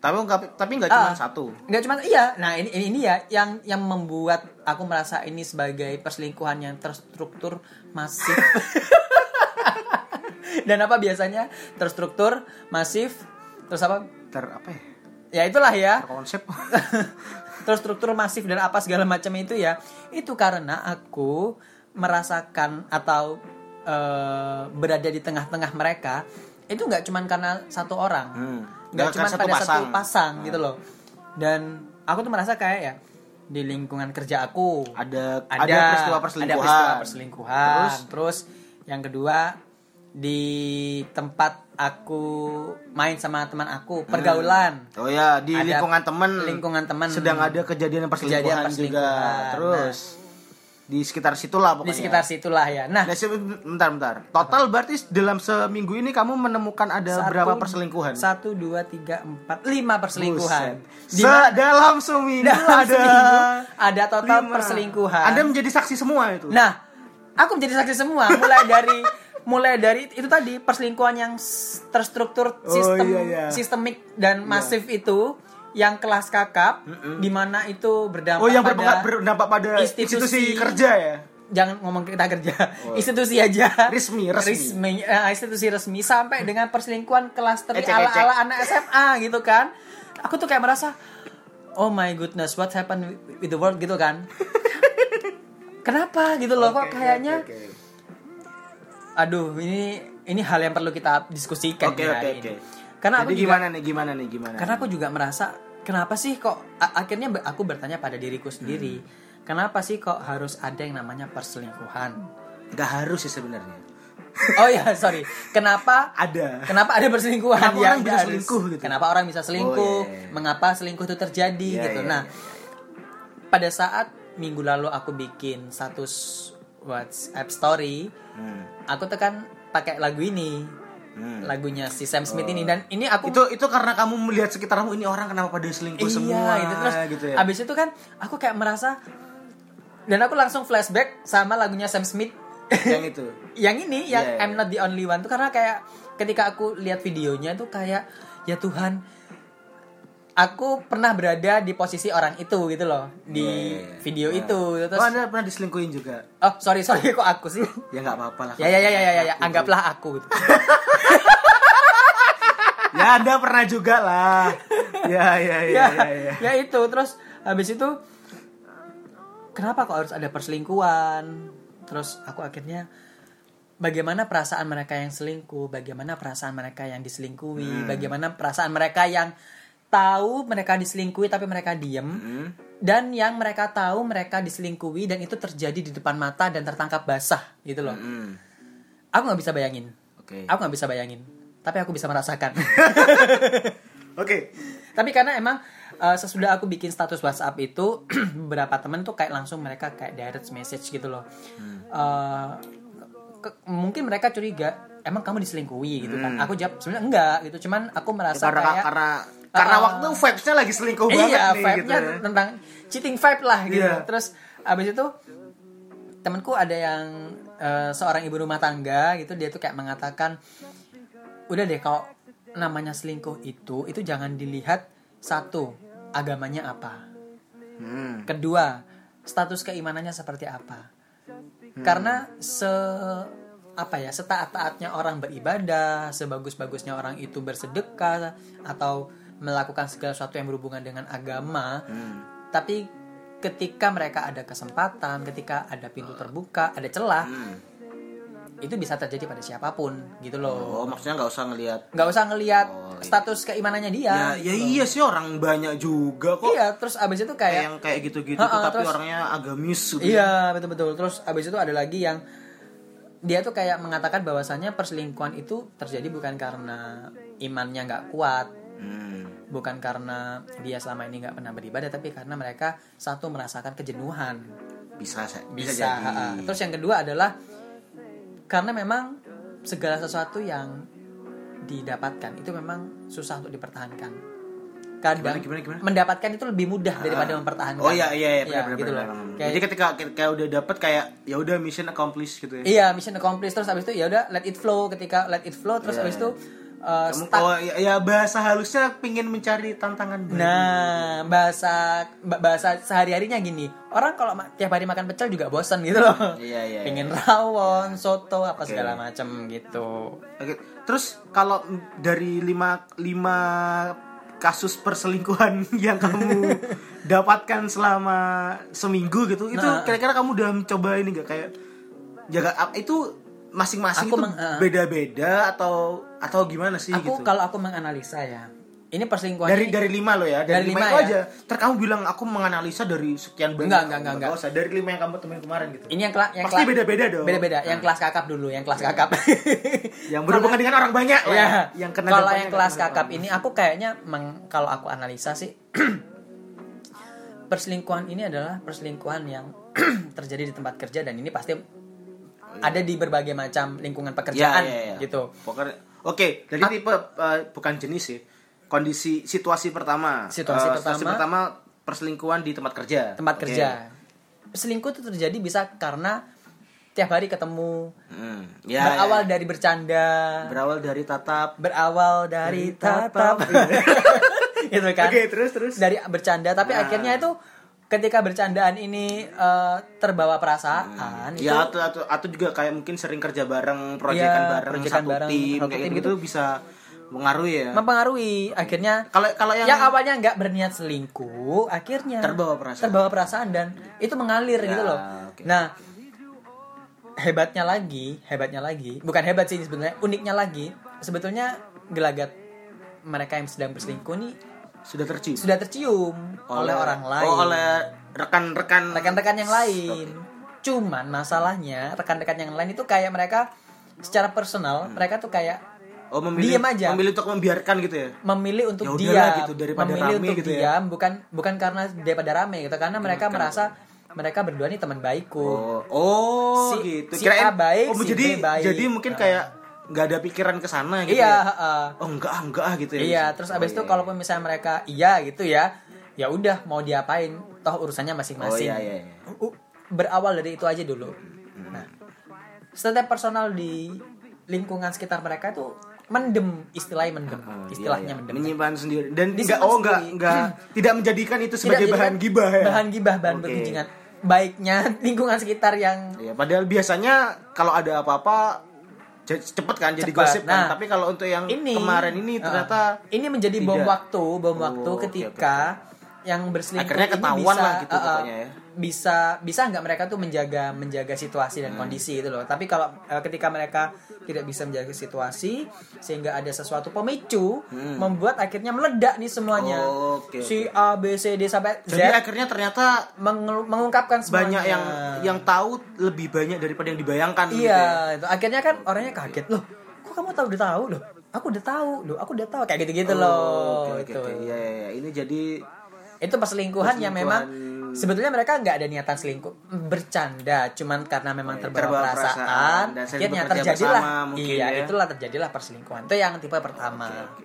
Speaker 1: tapi nggak tapi nggak cuma
Speaker 2: Ah.
Speaker 1: satu.
Speaker 2: Nggak cuma iya. Nah, ini ini, ini ya yang yang membuat aku merasa ini sebagai perselingkuhan yang terstruktur masif. Dan apa biasanya terstruktur, masif, terus apa?
Speaker 1: Ter apa ya?
Speaker 2: Ya itulah ya.
Speaker 1: Terkonsep.
Speaker 2: terstruktur masif dan apa segala macam itu ya. Itu karena aku merasakan atau eh, berada di tengah-tengah mereka itu nggak cuman karena satu orang
Speaker 1: Hmm.
Speaker 2: nggak
Speaker 1: Nggak
Speaker 2: cuma
Speaker 1: satu
Speaker 2: pada
Speaker 1: pasang.
Speaker 2: satu pasang gitu loh dan aku tuh merasa kayak ya di lingkungan kerja aku
Speaker 1: Ada- ada peristiwa perselingkuhan.
Speaker 2: ada peristiwa perselingkuhan.
Speaker 1: Terus?
Speaker 2: terus yang kedua di tempat aku main sama teman aku pergaulan
Speaker 1: Oh ya, di
Speaker 2: Ada
Speaker 1: lingkungan teman.
Speaker 2: lingkungan teman.
Speaker 1: Sedang ada kejadian perselingkuhan,
Speaker 2: Kejadian perselingkuhan. Nah.
Speaker 1: juga. Terus di sekitar situlah pokoknya.
Speaker 2: di sekitar situlah ya nah
Speaker 1: Nah, se- bentar bentar. Total berarti dalam seminggu ini kamu menemukan ada
Speaker 2: satu-
Speaker 1: Eh, berapa perselingkuhan?
Speaker 2: satu dua tiga empat lima
Speaker 1: Buset.
Speaker 2: perselingkuhan Di
Speaker 1: Se dalam seminggu ada
Speaker 2: dalam seminggu ada total
Speaker 1: lima.
Speaker 2: perselingkuhan
Speaker 1: Anda menjadi saksi semua itu.
Speaker 2: Nah, aku menjadi saksi semua mulai dari mulai dari itu tadi perselingkuhan yang s- terstruktur
Speaker 1: Oh,
Speaker 2: sistem
Speaker 1: iya, iya.
Speaker 2: sistemik dan masif itu yang kelas kakap di mana itu berdampak
Speaker 1: oh, yang
Speaker 2: pada
Speaker 1: berpengaruh berdampak pada institusi.
Speaker 2: institusi.
Speaker 1: kerja ya.
Speaker 2: jangan ngomong kita kerja institusi aja
Speaker 1: Oh, iya. Resmi, resmi.
Speaker 2: eh, institusi resmi sampai dengan perselingkuhan kelas teri
Speaker 1: Ecek,
Speaker 2: ala
Speaker 1: ecek.
Speaker 2: ala anak SMA gitu kan aku tuh kayak merasa oh my goodness what happened with the world gitu kan kenapa gitu loh kok kayaknya aduh ini ini hal yang perlu kita diskusikan
Speaker 1: Oke,
Speaker 2: di hari
Speaker 1: oke,
Speaker 2: ini.
Speaker 1: oke.
Speaker 2: Karena
Speaker 1: Jadi
Speaker 2: aku juga,
Speaker 1: gimana nih gimana nih gimana?
Speaker 2: karena aku juga merasa kenapa sih kok a- akhirnya be- aku bertanya pada diriku sendiri.
Speaker 1: Hmm.
Speaker 2: Kenapa sih kok harus ada yang namanya perselingkuhan?
Speaker 1: nggak harus sih sebenarnya.
Speaker 2: Oh ya, sorry. Kenapa
Speaker 1: Ada.
Speaker 2: Kenapa ada perselingkuhan?
Speaker 1: Kenapa
Speaker 2: Ya,
Speaker 1: orang bisa
Speaker 2: nggak harus.
Speaker 1: selingkuh gitu?
Speaker 2: Kenapa orang bisa selingkuh?
Speaker 1: Oh, iya, iya.
Speaker 2: Mengapa selingkuh itu terjadi
Speaker 1: Iya,
Speaker 2: gitu.
Speaker 1: iya,
Speaker 2: nah,
Speaker 1: iya,
Speaker 2: pada saat minggu lalu aku bikin status WhatsApp story,
Speaker 1: Hmm.
Speaker 2: aku tekan pakai lagu ini
Speaker 1: Hmm. Oh.
Speaker 2: lagunya si Sam Smith ini dan ini aku
Speaker 1: Itu itu karena kamu melihat sekitarmu ini orang kenapa pada selingkuh
Speaker 2: iya
Speaker 1: semua
Speaker 2: gitu terus
Speaker 1: gitu ya.
Speaker 2: abis itu kan aku kayak merasa dan aku langsung flashback sama lagunya Sam Smith
Speaker 1: yang itu.
Speaker 2: yang ini yang
Speaker 1: Iya, iya.
Speaker 2: I'm not the only one tuh karena kayak ketika aku lihat videonya tuh kayak ya Tuhan aku pernah berada di posisi orang itu gitu loh di
Speaker 1: Iya, iya.
Speaker 2: video
Speaker 1: Nah.
Speaker 2: itu terus
Speaker 1: Oh,
Speaker 2: oh,
Speaker 1: Anda pernah diselingkuhin juga.
Speaker 2: sorry sorry kok aku sih
Speaker 1: Ya nggak apa-apa lah.
Speaker 2: ya ya ya ya ya, ya.
Speaker 1: Aku-
Speaker 2: anggaplah aku gitu.
Speaker 1: Ya Anda pernah juga lah. Ya ya ya
Speaker 2: ya,
Speaker 1: ya. ya.
Speaker 2: ya itu terus habis itu kenapa kok harus ada perselingkuhan terus aku akhirnya bagaimana perasaan mereka yang selingkuh bagaimana perasaan mereka yang diselingkuhi bagaimana perasaan mereka yang tahu mereka diselingkuhi tapi mereka diem
Speaker 1: Hmm,
Speaker 2: dan yang mereka tahu mereka diselingkuhi dan itu terjadi di depan mata dan tertangkap basah gitu loh
Speaker 1: Hmm.
Speaker 2: aku nggak bisa bayangin
Speaker 1: Oke.
Speaker 2: aku nggak bisa bayangin tapi aku bisa merasakan
Speaker 1: Oke.
Speaker 2: Tapi karena emang uh, sesudah aku bikin status WhatsApp itu beberapa temen tuh kayak langsung mereka kayak direct message gitu loh. Uh, ke- mungkin mereka curiga emang kamu diselingkuhi gitu kan. Aku jawab sebenarnya enggak gitu. Cuman aku merasa
Speaker 1: Karena
Speaker 2: kayak
Speaker 1: karena karena
Speaker 2: Ah.
Speaker 1: waktu vibes-nya lagi selingkuh banget
Speaker 2: iya
Speaker 1: nih gitu.
Speaker 2: vibe-nya
Speaker 1: ya.
Speaker 2: tentang cheating vibe lah gitu.
Speaker 1: Iya.
Speaker 2: Terus abis itu temanku ada yang eh, seorang ibu rumah tangga gitu dia tuh kayak mengatakan udah deh kalau namanya selingkuh itu itu jangan dilihat satu agamanya apa
Speaker 1: Hmm.
Speaker 2: kedua status keimanannya seperti apa
Speaker 1: Hmm.
Speaker 2: karena se apa ya setaat taatnya orang beribadah sebagus bagusnya orang itu bersedekah atau melakukan segala sesuatu yang berhubungan dengan agama
Speaker 1: Hmm.
Speaker 2: tapi
Speaker 1: Hmm.
Speaker 2: ketika mereka ada kesempatan ketika ada pintu terbuka ada celah itu bisa terjadi pada siapapun gitu
Speaker 1: Oh,
Speaker 2: loh
Speaker 1: maksudnya nggak usah ngelihat.
Speaker 2: nggak usah ngelihat
Speaker 1: Oh, iya.
Speaker 2: status keimanannya
Speaker 1: Ya, ya
Speaker 2: dia
Speaker 1: iya sih orang banyak juga kok.
Speaker 2: gitu. iya terus abis itu
Speaker 1: Kayak
Speaker 2: kayak
Speaker 1: yang kayak gitu-gitu
Speaker 2: Ha-ha,
Speaker 1: tuh, tapi
Speaker 2: terus-
Speaker 1: orangnya agamis gitu.
Speaker 2: Iya betul betul. Terus abis itu ada lagi yang dia tuh kayak mengatakan bahwasannya perselingkuhan itu terjadi bukan karena imannya nggak kuat,
Speaker 1: Hmm.
Speaker 2: bukan karena dia selama ini nggak pernah beribadah, tapi karena mereka satu merasakan kejenuhan.
Speaker 1: Bisa, sa- bisa,
Speaker 2: Bisa.
Speaker 1: jadi.
Speaker 2: ha-ha. Terus yang kedua adalah karena memang segala sesuatu yang didapatkan itu memang susah untuk dipertahankan. Kadang
Speaker 1: Gimana, gimana, gimana?
Speaker 2: mendapatkan itu lebih mudah daripada
Speaker 1: Ah.
Speaker 2: mempertahankan.
Speaker 1: Oh iya iya iya
Speaker 2: Iya,
Speaker 1: benar
Speaker 2: gitu
Speaker 1: benar.
Speaker 2: loh.
Speaker 1: benar.
Speaker 2: Kayak-
Speaker 1: Jadi ketika kayak udah dapet kayak ya udah mission accomplished gitu ya.
Speaker 2: Iya, mission accomplished terus abis itu ya udah let it flow ketika let it flow terus
Speaker 1: Iya,
Speaker 2: abis
Speaker 1: iya.
Speaker 2: itu uh,
Speaker 1: Kamu
Speaker 2: stuck.
Speaker 1: oh, ya, ya bahasa halusnya pingin mencari tantangan baru.
Speaker 2: Nah, bahasa ba- bahasa sehari-harinya gini. Orang kalau ma- tiap hari makan pecel juga bosen gitu loh.
Speaker 1: Iya, iya,
Speaker 2: Pengen rawon, soto apa
Speaker 1: Oke.
Speaker 2: segala macem gitu.
Speaker 1: Oke. Terus kalau dari lima lima kasus perselingkuhan yang kamu dapatkan selama seminggu gitu, itu
Speaker 2: Nah.
Speaker 1: kira-kira kamu udah mencoba ini nggak kayak jaga ap- itu masing-masing
Speaker 2: Aku
Speaker 1: itu
Speaker 2: meng- eh.
Speaker 1: beda-beda atau atau gimana sih
Speaker 2: Aku
Speaker 1: gitu?
Speaker 2: kalau aku menganalisa ya, ini perselingkuhan
Speaker 1: dari
Speaker 2: ini-
Speaker 1: dari lima lo ya dari,
Speaker 2: Dari
Speaker 1: lima,
Speaker 2: lima
Speaker 1: itu
Speaker 2: ya?
Speaker 1: aja ter kamu bilang aku menganalisa dari sekian banyak
Speaker 2: Enggak, enggak, enggak, enggak.
Speaker 1: usah dari lima yang kamu temuin kemarin gitu
Speaker 2: ini yang kelas yang
Speaker 1: Pasti
Speaker 2: kela-
Speaker 1: beda-beda dong. Ah. Iya.
Speaker 2: Beda-beda. Yang kelas kakap dulu, yang kelas kakap.
Speaker 1: yang berhubungan dengan orang banyak lah ya.
Speaker 2: Iya.
Speaker 1: yang kena
Speaker 2: kalau
Speaker 1: dampaknya
Speaker 2: yang
Speaker 1: nggak
Speaker 2: kelas
Speaker 1: kena
Speaker 2: kakap
Speaker 1: dampaknya.
Speaker 2: ini aku kayaknya meng- kalau aku analisa sih perselingkuhan ini adalah perselingkuhan yang terjadi di tempat kerja dan ini pasti ada di berbagai macam lingkungan pekerjaan
Speaker 1: Iya, iya, iya.
Speaker 2: gitu. Ah.
Speaker 1: Pokoknya- oke jadi tipe eh, bukan jenis sih kondisi situasi pertama
Speaker 2: Situasi
Speaker 1: Eh,
Speaker 2: pertama.
Speaker 1: pertama perselingkuhan di tempat kerja
Speaker 2: Tempat
Speaker 1: Oke.
Speaker 2: kerja. Selingkuh itu terjadi bisa karena tiap hari ketemu
Speaker 1: Hmm, ya,
Speaker 2: berawal
Speaker 1: ya.
Speaker 2: dari bercanda,
Speaker 1: berawal dari tatap
Speaker 2: berawal dari tatap. gitu kan.
Speaker 1: oke terus terus
Speaker 2: dari bercanda tapi
Speaker 1: Nah.
Speaker 2: akhirnya itu ketika bercandaan ini eh, terbawa perasaan itu
Speaker 1: Ya atau, atau atau juga kayak mungkin sering kerja bareng, proyekan
Speaker 2: Iya,
Speaker 1: bareng,
Speaker 2: proyekan
Speaker 1: satu
Speaker 2: bareng,
Speaker 1: tim,
Speaker 2: satu
Speaker 1: kayak
Speaker 2: tim
Speaker 1: gitu, bisa mengaruhi ya.
Speaker 2: mempengaruhi akhirnya
Speaker 1: Kalau kalau yang,
Speaker 2: yang, awalnya nggak berniat selingkuh akhirnya
Speaker 1: Terbawa perasaan.
Speaker 2: terbawa perasaan dan itu mengalir
Speaker 1: Ya,
Speaker 2: gitu loh
Speaker 1: oke.
Speaker 2: nah hebatnya lagi hebatnya lagi bukan hebat sih sebenarnya uniknya lagi sebetulnya gelagat mereka yang sedang berselingkuh ini
Speaker 1: sudah tercium
Speaker 2: sudah tercium oleh, orang lain
Speaker 1: Oh, oleh rekan-rekan
Speaker 2: rekan-rekan yang lain. Cuman masalahnya rekan-rekan yang lain itu kayak mereka secara personal
Speaker 1: Hmm.
Speaker 2: mereka tuh kayak
Speaker 1: Oh, memilih
Speaker 2: Diem aja.
Speaker 1: memilih untuk membiarkan gitu ya.
Speaker 2: memilih untuk
Speaker 1: Ya udahlah
Speaker 2: diam
Speaker 1: gitu, daripada
Speaker 2: memilih
Speaker 1: rame
Speaker 2: untuk
Speaker 1: gitu ya. Iya, kan.
Speaker 2: diam bukan bukan karena daripada rame gitu karena mereka merasa mereka berdua nih teman baikku.
Speaker 1: Oh, oh
Speaker 2: Si-
Speaker 1: gitu.
Speaker 2: si A
Speaker 1: oh,
Speaker 2: baik, si
Speaker 1: jadi
Speaker 2: B baik. Nah.
Speaker 1: jadi mungkin kayak nggak ada pikiran ke sana gitu.
Speaker 2: iya,
Speaker 1: Ya?
Speaker 2: heeh.
Speaker 1: Oh, enggak, ah, enggak ah, gitu ya.
Speaker 2: iya, terus abis itu kalaupun misalnya mereka iya gitu ya, ya udah mau diapain toh
Speaker 1: Oh,
Speaker 2: urusannya masing-masing.
Speaker 1: iya, iya, iya.
Speaker 2: U- berawal dari itu aja dulu. Nah, setiap personal di lingkungan sekitar mereka itu mendem, istilahnya mendem,
Speaker 1: Oh, iya,
Speaker 2: istilahnya
Speaker 1: iya.
Speaker 2: mendem.
Speaker 1: menyimpan sendiri dan
Speaker 2: Disimpan
Speaker 1: enggak oh enggak
Speaker 2: sendiri.
Speaker 1: enggak tidak menjadikan itu
Speaker 2: Tidak
Speaker 1: sebagai
Speaker 2: dijadikan
Speaker 1: bahan gibah ya.
Speaker 2: Bahan gibah, bahan
Speaker 1: Oke.
Speaker 2: perbincangan. Baiknya lingkungan sekitar yang
Speaker 1: Iya, padahal biasanya kalau ada apa-apa ce- cepet kan jadi
Speaker 2: Cepet.
Speaker 1: gosip kan.
Speaker 2: Nah,
Speaker 1: Tapi kalau untuk yang
Speaker 2: ini
Speaker 1: kemarin ini
Speaker 2: uh,
Speaker 1: ternyata
Speaker 2: ini menjadi bom
Speaker 1: tidak.
Speaker 2: waktu, bom
Speaker 1: Oh,
Speaker 2: waktu
Speaker 1: oke,
Speaker 2: ketika yang berselingkuh
Speaker 1: Akhirnya
Speaker 2: ini
Speaker 1: ketahuan
Speaker 2: bisa,
Speaker 1: lah gitu
Speaker 2: uh, uh,
Speaker 1: pokoknya ya.
Speaker 2: bisa bisa nggak mereka tuh menjaga menjaga
Speaker 1: Hmm.
Speaker 2: situasi dan kondisi itu loh. Tapi kalau uh, ketika mereka tidak bisa menjaga situasi sehingga ada sesuatu pemicu membuat akhirnya meledak nih semuanya.
Speaker 1: Oh, Hmm. oke,
Speaker 2: si
Speaker 1: oke.
Speaker 2: A B C D sampai Z
Speaker 1: jadi akhirnya ternyata
Speaker 2: mengelu- mengungkapkan semuanya.
Speaker 1: banyak yang yang tahu lebih banyak daripada yang dibayangkan gitu
Speaker 2: ya. Iya,
Speaker 1: ya.
Speaker 2: itu akhirnya kan orangnya kaget loh. Kok kamu tahu udah tahu loh? Aku udah tahu loh. Aku udah tahu kayak gitu-gitu gitu loh. gitu.
Speaker 1: Oh, oke,
Speaker 2: itu.
Speaker 1: oke, oke. Iya, iya, iya. Ini jadi
Speaker 2: Itu perselingkuhan yang memang
Speaker 1: Perselingkuhan.
Speaker 2: sebetulnya mereka nggak ada niatan selingkuh, bercanda, cuman karena memang
Speaker 1: Oke,
Speaker 2: terbawa,
Speaker 1: Iya, terbawa
Speaker 2: perasaan,
Speaker 1: perasaan, dan saling
Speaker 2: akhirnya
Speaker 1: bekerja
Speaker 2: terjadilah.
Speaker 1: bersama mungkin
Speaker 2: iya,
Speaker 1: ya.
Speaker 2: itulah terjadilah perselingkuhan. Itu yang tipe pertama.
Speaker 1: oke, oke.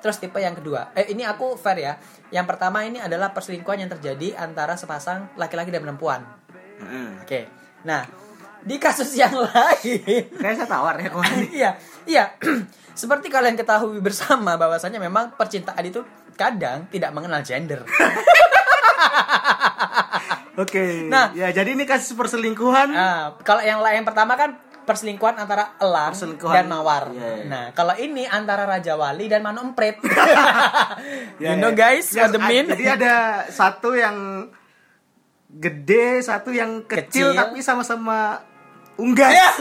Speaker 2: Terus tipe yang kedua. Eh ini aku fair ya. Yang pertama ini adalah perselingkuhan yang terjadi antara sepasang laki-laki dan perempuan.
Speaker 1: Mm-mm.
Speaker 2: Oke. Nah, di kasus yang lain
Speaker 1: Kayaknya saya tawar ya kemarin.
Speaker 2: iya iya seperti kalian ketahui bersama bahwasanya memang percintaan itu kadang tidak mengenal gender
Speaker 1: Oke.
Speaker 2: Nah.
Speaker 1: ya jadi ini kasus perselingkuhan.
Speaker 2: nah kalau yang yang pertama kan perselingkuhan antara elang
Speaker 1: Perselingkuhan.
Speaker 2: dan mawar
Speaker 1: Iya, iya.
Speaker 2: nah kalau ini antara raja wali dan manu emprit
Speaker 1: Ya,
Speaker 2: you know
Speaker 1: ya.
Speaker 2: guys
Speaker 1: Ya,
Speaker 2: what the
Speaker 1: a-
Speaker 2: mean
Speaker 1: Jadi ada satu yang gede, satu yang kecil,
Speaker 2: Kecil. Iya.
Speaker 1: tapi sama-sama unggas.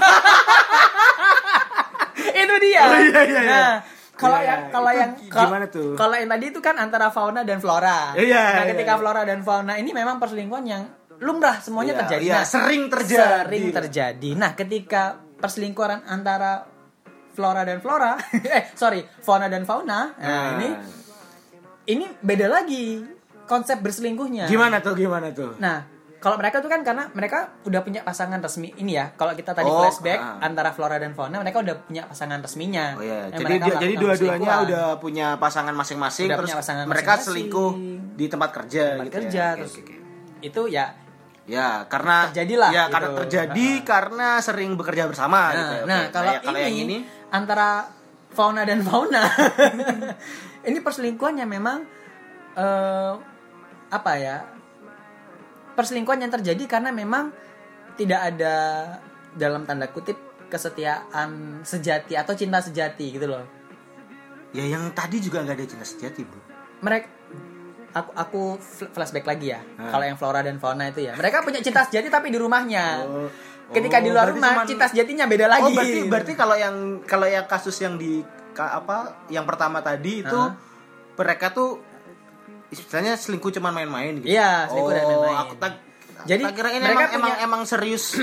Speaker 2: itu dia.
Speaker 1: Oh, iya, iya, iya.
Speaker 2: Nah, kalau
Speaker 1: Iya,
Speaker 2: yang kalau
Speaker 1: itu
Speaker 2: yang kal-
Speaker 1: gimana tuh?
Speaker 2: Kalau yang tadi itu kan antara fauna dan flora.
Speaker 1: Iya,
Speaker 2: Nah,
Speaker 1: iya,
Speaker 2: ketika
Speaker 1: iya.
Speaker 2: flora dan fauna ini memang perselingkuhan yang lumrah semuanya
Speaker 1: Iya,
Speaker 2: terjadi.
Speaker 1: iya,
Speaker 2: Nah,
Speaker 1: sering terjadi.
Speaker 2: Sering terjadi. Nah, ketika perselingkuhan antara flora dan flora, eh sorry, fauna dan fauna. Nah, ini ini beda lagi konsep berselingkuhnya.
Speaker 1: gimana tuh gimana tuh
Speaker 2: Nah, kalau mereka tuh kan karena mereka udah punya pasangan resmi ini ya. Kalau kita tadi
Speaker 1: Oh,
Speaker 2: flashback
Speaker 1: ah.
Speaker 2: antara Flora dan Fauna, mereka udah punya pasangan resminya.
Speaker 1: Oh iya, jadi
Speaker 2: Yang Eh,
Speaker 1: dia-
Speaker 2: mereka
Speaker 1: jadi
Speaker 2: melakukan
Speaker 1: dua-duanya
Speaker 2: perselingkuhan.
Speaker 1: udah punya pasangan masing-masing
Speaker 2: Udah
Speaker 1: terus
Speaker 2: punya pasangan
Speaker 1: mereka
Speaker 2: masing-masing.
Speaker 1: selingkuh di tempat kerja
Speaker 2: Tempat
Speaker 1: gitu
Speaker 2: kerja,
Speaker 1: ya. Oke,
Speaker 2: terus-
Speaker 1: oke, oke.
Speaker 2: itu ya.
Speaker 1: Ya, karena
Speaker 2: Terjadilah
Speaker 1: Ya,
Speaker 2: gitu.
Speaker 1: karena terjadi karena sering bekerja bersama
Speaker 2: Nah,
Speaker 1: gitu. ya. Oke.
Speaker 2: nah, kalau,
Speaker 1: ya,
Speaker 2: ini,
Speaker 1: yang ini
Speaker 2: antara Fauna dan Fauna, ini perselingkuhan yang memang eh, apa ya? Perselingkuhan yang terjadi karena memang tidak ada dalam tanda kutip kesetiaan sejati atau cinta sejati gitu loh.
Speaker 1: ya yang tadi juga nggak ada cinta sejati, Bu.
Speaker 2: mereka aku aku fl- flashback lagi ya
Speaker 1: Ah.
Speaker 2: kalau yang flora dan fauna itu ya mereka punya cinta sejati tapi di rumahnya
Speaker 1: Oh.
Speaker 2: ketika di
Speaker 1: Oh,
Speaker 2: luar
Speaker 1: berarti
Speaker 2: rumah
Speaker 1: cuman-
Speaker 2: cinta sejatinya beda lagi
Speaker 1: Oh, berarti berarti kalau yang kalau yang kasus yang di ka- apa yang pertama tadi itu
Speaker 2: Hah?
Speaker 1: mereka tuh istilahnya selingkuh cuman main-main gitu.
Speaker 2: Iya, selingkuh dan main-main.
Speaker 1: Aku tak
Speaker 2: Jadi,
Speaker 1: Jadi kira ini
Speaker 2: mereka
Speaker 1: emang, emang
Speaker 2: punya-
Speaker 1: emang serius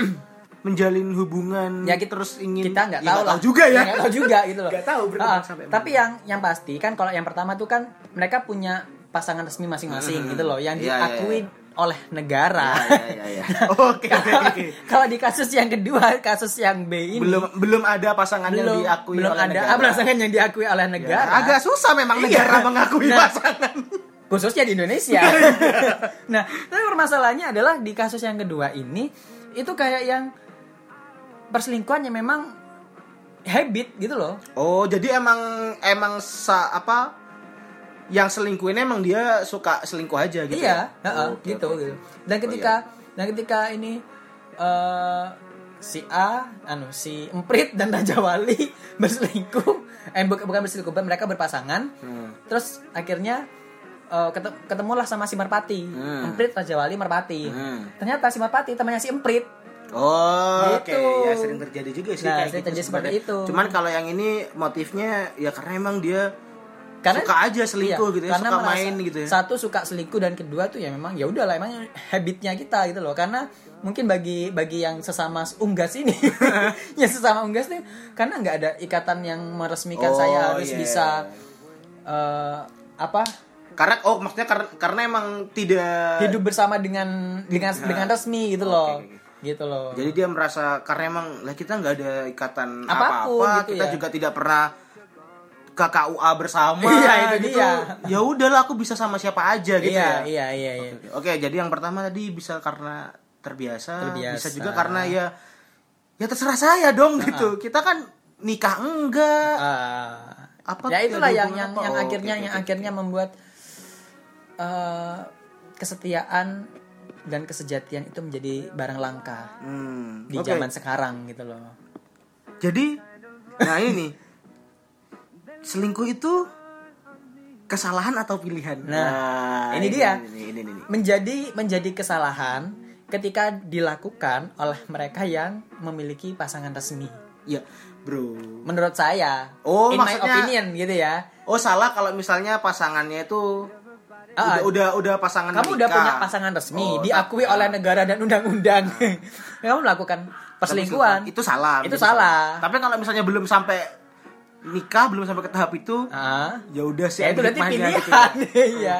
Speaker 1: menjalin hubungan
Speaker 2: Ya, kita-
Speaker 1: terus ingin
Speaker 2: kita nggak
Speaker 1: Ya,
Speaker 2: tahu lah
Speaker 1: juga ya.
Speaker 2: nggak tahu juga gitu loh
Speaker 1: Nggak tahu bener
Speaker 2: Ah,
Speaker 1: sampai
Speaker 2: tapi yang yang pasti kan kalau yang pertama tuh kan mereka punya pasangan resmi masing-masing gitu loh yang
Speaker 1: Iya, iya,
Speaker 2: diakui oleh negara
Speaker 1: Ya, ya, ya, ya. Oke, oke, oke.
Speaker 2: kalau di kasus yang kedua kasus yang B ini
Speaker 1: Belum belum ada pasangan yang
Speaker 2: belum,
Speaker 1: diakui
Speaker 2: belum
Speaker 1: oleh
Speaker 2: ada
Speaker 1: negara.
Speaker 2: ah, pasangan yang diakui oleh
Speaker 1: Ya,
Speaker 2: negara Iya.
Speaker 1: agak susah memang negara mengakui
Speaker 2: Nah.
Speaker 1: pasangan.
Speaker 2: khususnya di Indonesia.
Speaker 1: Iya.
Speaker 2: nah, tapi permasalahannya adalah di kasus yang kedua ini itu kayak yang perselingkuhan yang memang habit gitu loh.
Speaker 1: Oh, jadi emang emang sa apa yang selingkuhinnya emang dia suka selingkuh aja gitu.
Speaker 2: iya,
Speaker 1: ya?
Speaker 2: heeh,
Speaker 1: Oh, iya. oke,
Speaker 2: gitu
Speaker 1: oke.
Speaker 2: gitu. Dan ketika dan ketika ini eh si A, anu si Emprit dan Raja Wali berselingkuh, eh bu- bukan berselingkuh, mereka berpasangan.
Speaker 1: Hmm.
Speaker 2: Terus akhirnya eh, ketem- ketemulah sama si Merpati,
Speaker 1: Hmm.
Speaker 2: Emprit Raja Wali Merpati.
Speaker 1: Hmm.
Speaker 2: Ternyata si Merpati temannya si Emprit.
Speaker 1: Oh, oke.
Speaker 2: Gitu.
Speaker 1: Ya sering terjadi juga sih
Speaker 2: Nah,
Speaker 1: kayak
Speaker 2: sering
Speaker 1: gitu
Speaker 2: terjadi seperti
Speaker 1: sebenarnya.
Speaker 2: itu.
Speaker 1: Cuman kalau yang ini motifnya ya karena emang dia
Speaker 2: karena
Speaker 1: suka aja selingkuh
Speaker 2: iya,
Speaker 1: gitu ya,
Speaker 2: karena
Speaker 1: suka
Speaker 2: merasa-
Speaker 1: main gitu ya.
Speaker 2: satu suka selingkuh dan kedua tuh ya memang ya udahlah emang habitnya kita gitu loh karena mungkin bagi bagi yang sesama unggas ini yang sesama unggas nih karena nggak ada ikatan yang
Speaker 1: Oh,
Speaker 2: meresmikan saya harus
Speaker 1: iya.
Speaker 2: bisa eh, apa
Speaker 1: Karena oh maksudnya karena karena emang tidak
Speaker 2: hidup bersama dengan dengan dengan
Speaker 1: Nah.
Speaker 2: resmi gitu loh gitu loh
Speaker 1: Jadi dia merasa karena emang lah kita nggak ada ikatan
Speaker 2: Apapun
Speaker 1: apa-apa,
Speaker 2: gitu
Speaker 1: kita
Speaker 2: ya.
Speaker 1: juga tidak pernah ke KUA bersama
Speaker 2: Iya, itu
Speaker 1: gitu.
Speaker 2: dia.
Speaker 1: Ya udahlah aku bisa sama siapa aja gitu
Speaker 2: iya,
Speaker 1: ya.
Speaker 2: iya iya iya
Speaker 1: Oke, jadi yang pertama tadi bisa karena terbiasa,
Speaker 2: Terbiasa.
Speaker 1: bisa juga karena ya ya terserah saya dong gitu. Kita kan nikah enggak.
Speaker 2: Ah.
Speaker 1: Apa
Speaker 2: ya
Speaker 1: tuh
Speaker 2: itulah
Speaker 1: ya, hubungan
Speaker 2: yang yang
Speaker 1: apa?
Speaker 2: yang
Speaker 1: Oh,
Speaker 2: akhirnya
Speaker 1: oke, oke,
Speaker 2: yang
Speaker 1: oke,
Speaker 2: akhirnya membuat eh, kesetiaan dan kesejatian itu menjadi barang langka
Speaker 1: Hmm,
Speaker 2: di
Speaker 1: oke.
Speaker 2: zaman sekarang gitu loh.
Speaker 1: Jadi nah ini nih. Selingkuh itu kesalahan atau pilihan?
Speaker 2: Nah, ini dia.
Speaker 1: Ini, ini, ini, ini.
Speaker 2: Menjadi menjadi kesalahan ketika dilakukan oleh mereka yang memiliki pasangan resmi.
Speaker 1: Iya, bro.
Speaker 2: Menurut saya,
Speaker 1: Oh,
Speaker 2: in my
Speaker 1: maksudnya-
Speaker 2: opinion gitu ya.
Speaker 1: Oh salah kalau misalnya pasangannya itu
Speaker 2: Ah,
Speaker 1: udah, udah udah pasangan
Speaker 2: Kamu udah
Speaker 1: menikah.
Speaker 2: punya pasangan resmi,
Speaker 1: Oh,
Speaker 2: diakui oleh negara dan undang-undang. Kamu melakukan perselingkuhan.
Speaker 1: itu salah
Speaker 2: Itu
Speaker 1: menjadi
Speaker 2: salah.
Speaker 1: tapi kalau misalnya belum sampai nikah belum sampai ke tahap itu
Speaker 2: Ah.
Speaker 1: ya udah sih
Speaker 2: Ya itu berarti
Speaker 1: hikmahnya
Speaker 2: pilihan
Speaker 1: gitu ya.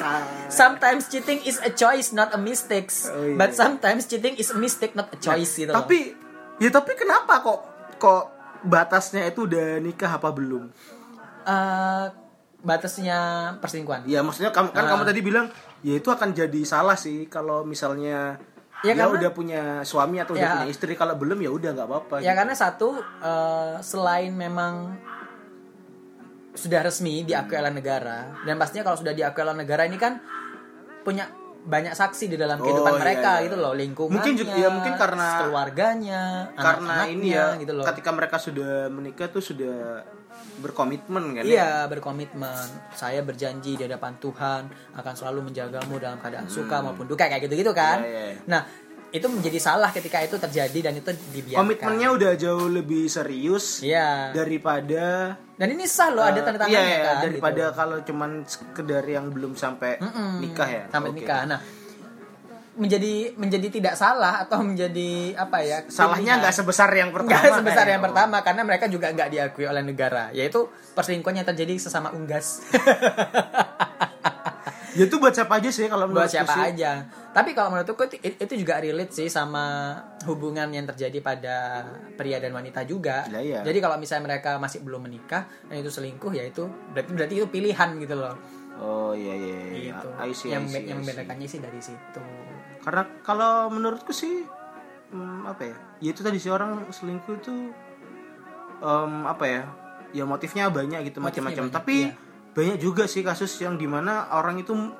Speaker 1: Nah,
Speaker 2: Iya Sometimes cheating is a choice not a mistake
Speaker 1: Oh, iya, iya.
Speaker 2: But
Speaker 1: Nah,
Speaker 2: sometimes cheating is a mistake not a choice gitu
Speaker 1: Eh,
Speaker 2: loh.
Speaker 1: tapi ya tapi kenapa kok kok batasnya itu udah nikah apa belum
Speaker 2: Eh, Batasnya perselingkuhan
Speaker 1: ya maksudnya kamu kan
Speaker 2: Ah.
Speaker 1: kamu tadi bilang ya itu akan jadi salah sih kalau misalnya
Speaker 2: Ya,
Speaker 1: ya,
Speaker 2: karena-
Speaker 1: udah punya suami atau
Speaker 2: Ya.
Speaker 1: udah punya istri kalau belum ya udah nggak apa-apa gitu.
Speaker 2: Ya karena satu eh, Selain memang Sudah resmi diakui oleh negara Dan pastinya kalau sudah diakui oleh negara ini kan Punya banyak saksi di dalam
Speaker 1: Oh,
Speaker 2: kehidupan
Speaker 1: iya,
Speaker 2: mereka
Speaker 1: iya.
Speaker 2: gitu loh lingkungannya
Speaker 1: Mungkin juga- ya, mungkin karena-
Speaker 2: keluarganya
Speaker 1: karena ini ya
Speaker 2: anak-anaknya gitu loh
Speaker 1: ketika mereka sudah menikah tuh sudah berkomitmen kan ya?
Speaker 2: Iya berkomitmen. Saya berjanji di hadapan Tuhan akan selalu menjagamu dalam keadaan suka maupun duka kayak gitu gitu kan.
Speaker 1: Hmm. Iya, iya.
Speaker 2: Nah itu menjadi salah ketika itu terjadi dan itu dibiarkan.
Speaker 1: Komitmennya udah jauh lebih serius
Speaker 2: kan. Iya.
Speaker 1: daripada
Speaker 2: Dan ini sah loh ada
Speaker 1: eh,
Speaker 2: tanda tangannya
Speaker 1: iya, iya,
Speaker 2: kan, gitu.
Speaker 1: daripada kalau cuman sekedar yang belum sampai nikah ya.
Speaker 2: sampai
Speaker 1: Oke.
Speaker 2: nikah. Nah, menjadi menjadi tidak salah atau menjadi apa ya?
Speaker 1: Salahnya nggak sebesar yang pertama. kan ya? Oh. Iya.
Speaker 2: Nggak sebesar
Speaker 1: kayaknya.
Speaker 2: yang pertama karena mereka juga nggak diakui oleh negara yaitu perselingkuhan yang terjadi sesama unggas
Speaker 1: Ya itu buat siapa aja sih kalau
Speaker 2: buat
Speaker 1: menurutku
Speaker 2: siapa
Speaker 1: sih.
Speaker 2: aja tapi kalau menurutku itu, itu juga relate sih sama hubungan yang terjadi pada pria dan wanita juga
Speaker 1: Iya, iya.
Speaker 2: jadi kalau misalnya mereka masih belum menikah dan itu selingkuh ya itu berarti berarti itu pilihan gitu loh
Speaker 1: Oh iya iya. iya.
Speaker 2: gitu
Speaker 1: I see, I
Speaker 2: yang
Speaker 1: see, I
Speaker 2: yang
Speaker 1: see.
Speaker 2: membedakannya sih dari situ
Speaker 1: Karena kalau menurutku sih hmm, apa ya? Ya itu tadi sih orang selingkuh itu em, apa ya? Ya motifnya banyak gitu macam-macam.
Speaker 2: banyak,
Speaker 1: Tapi
Speaker 2: iya.
Speaker 1: banyak juga sih kasus yang dimana orang itu m-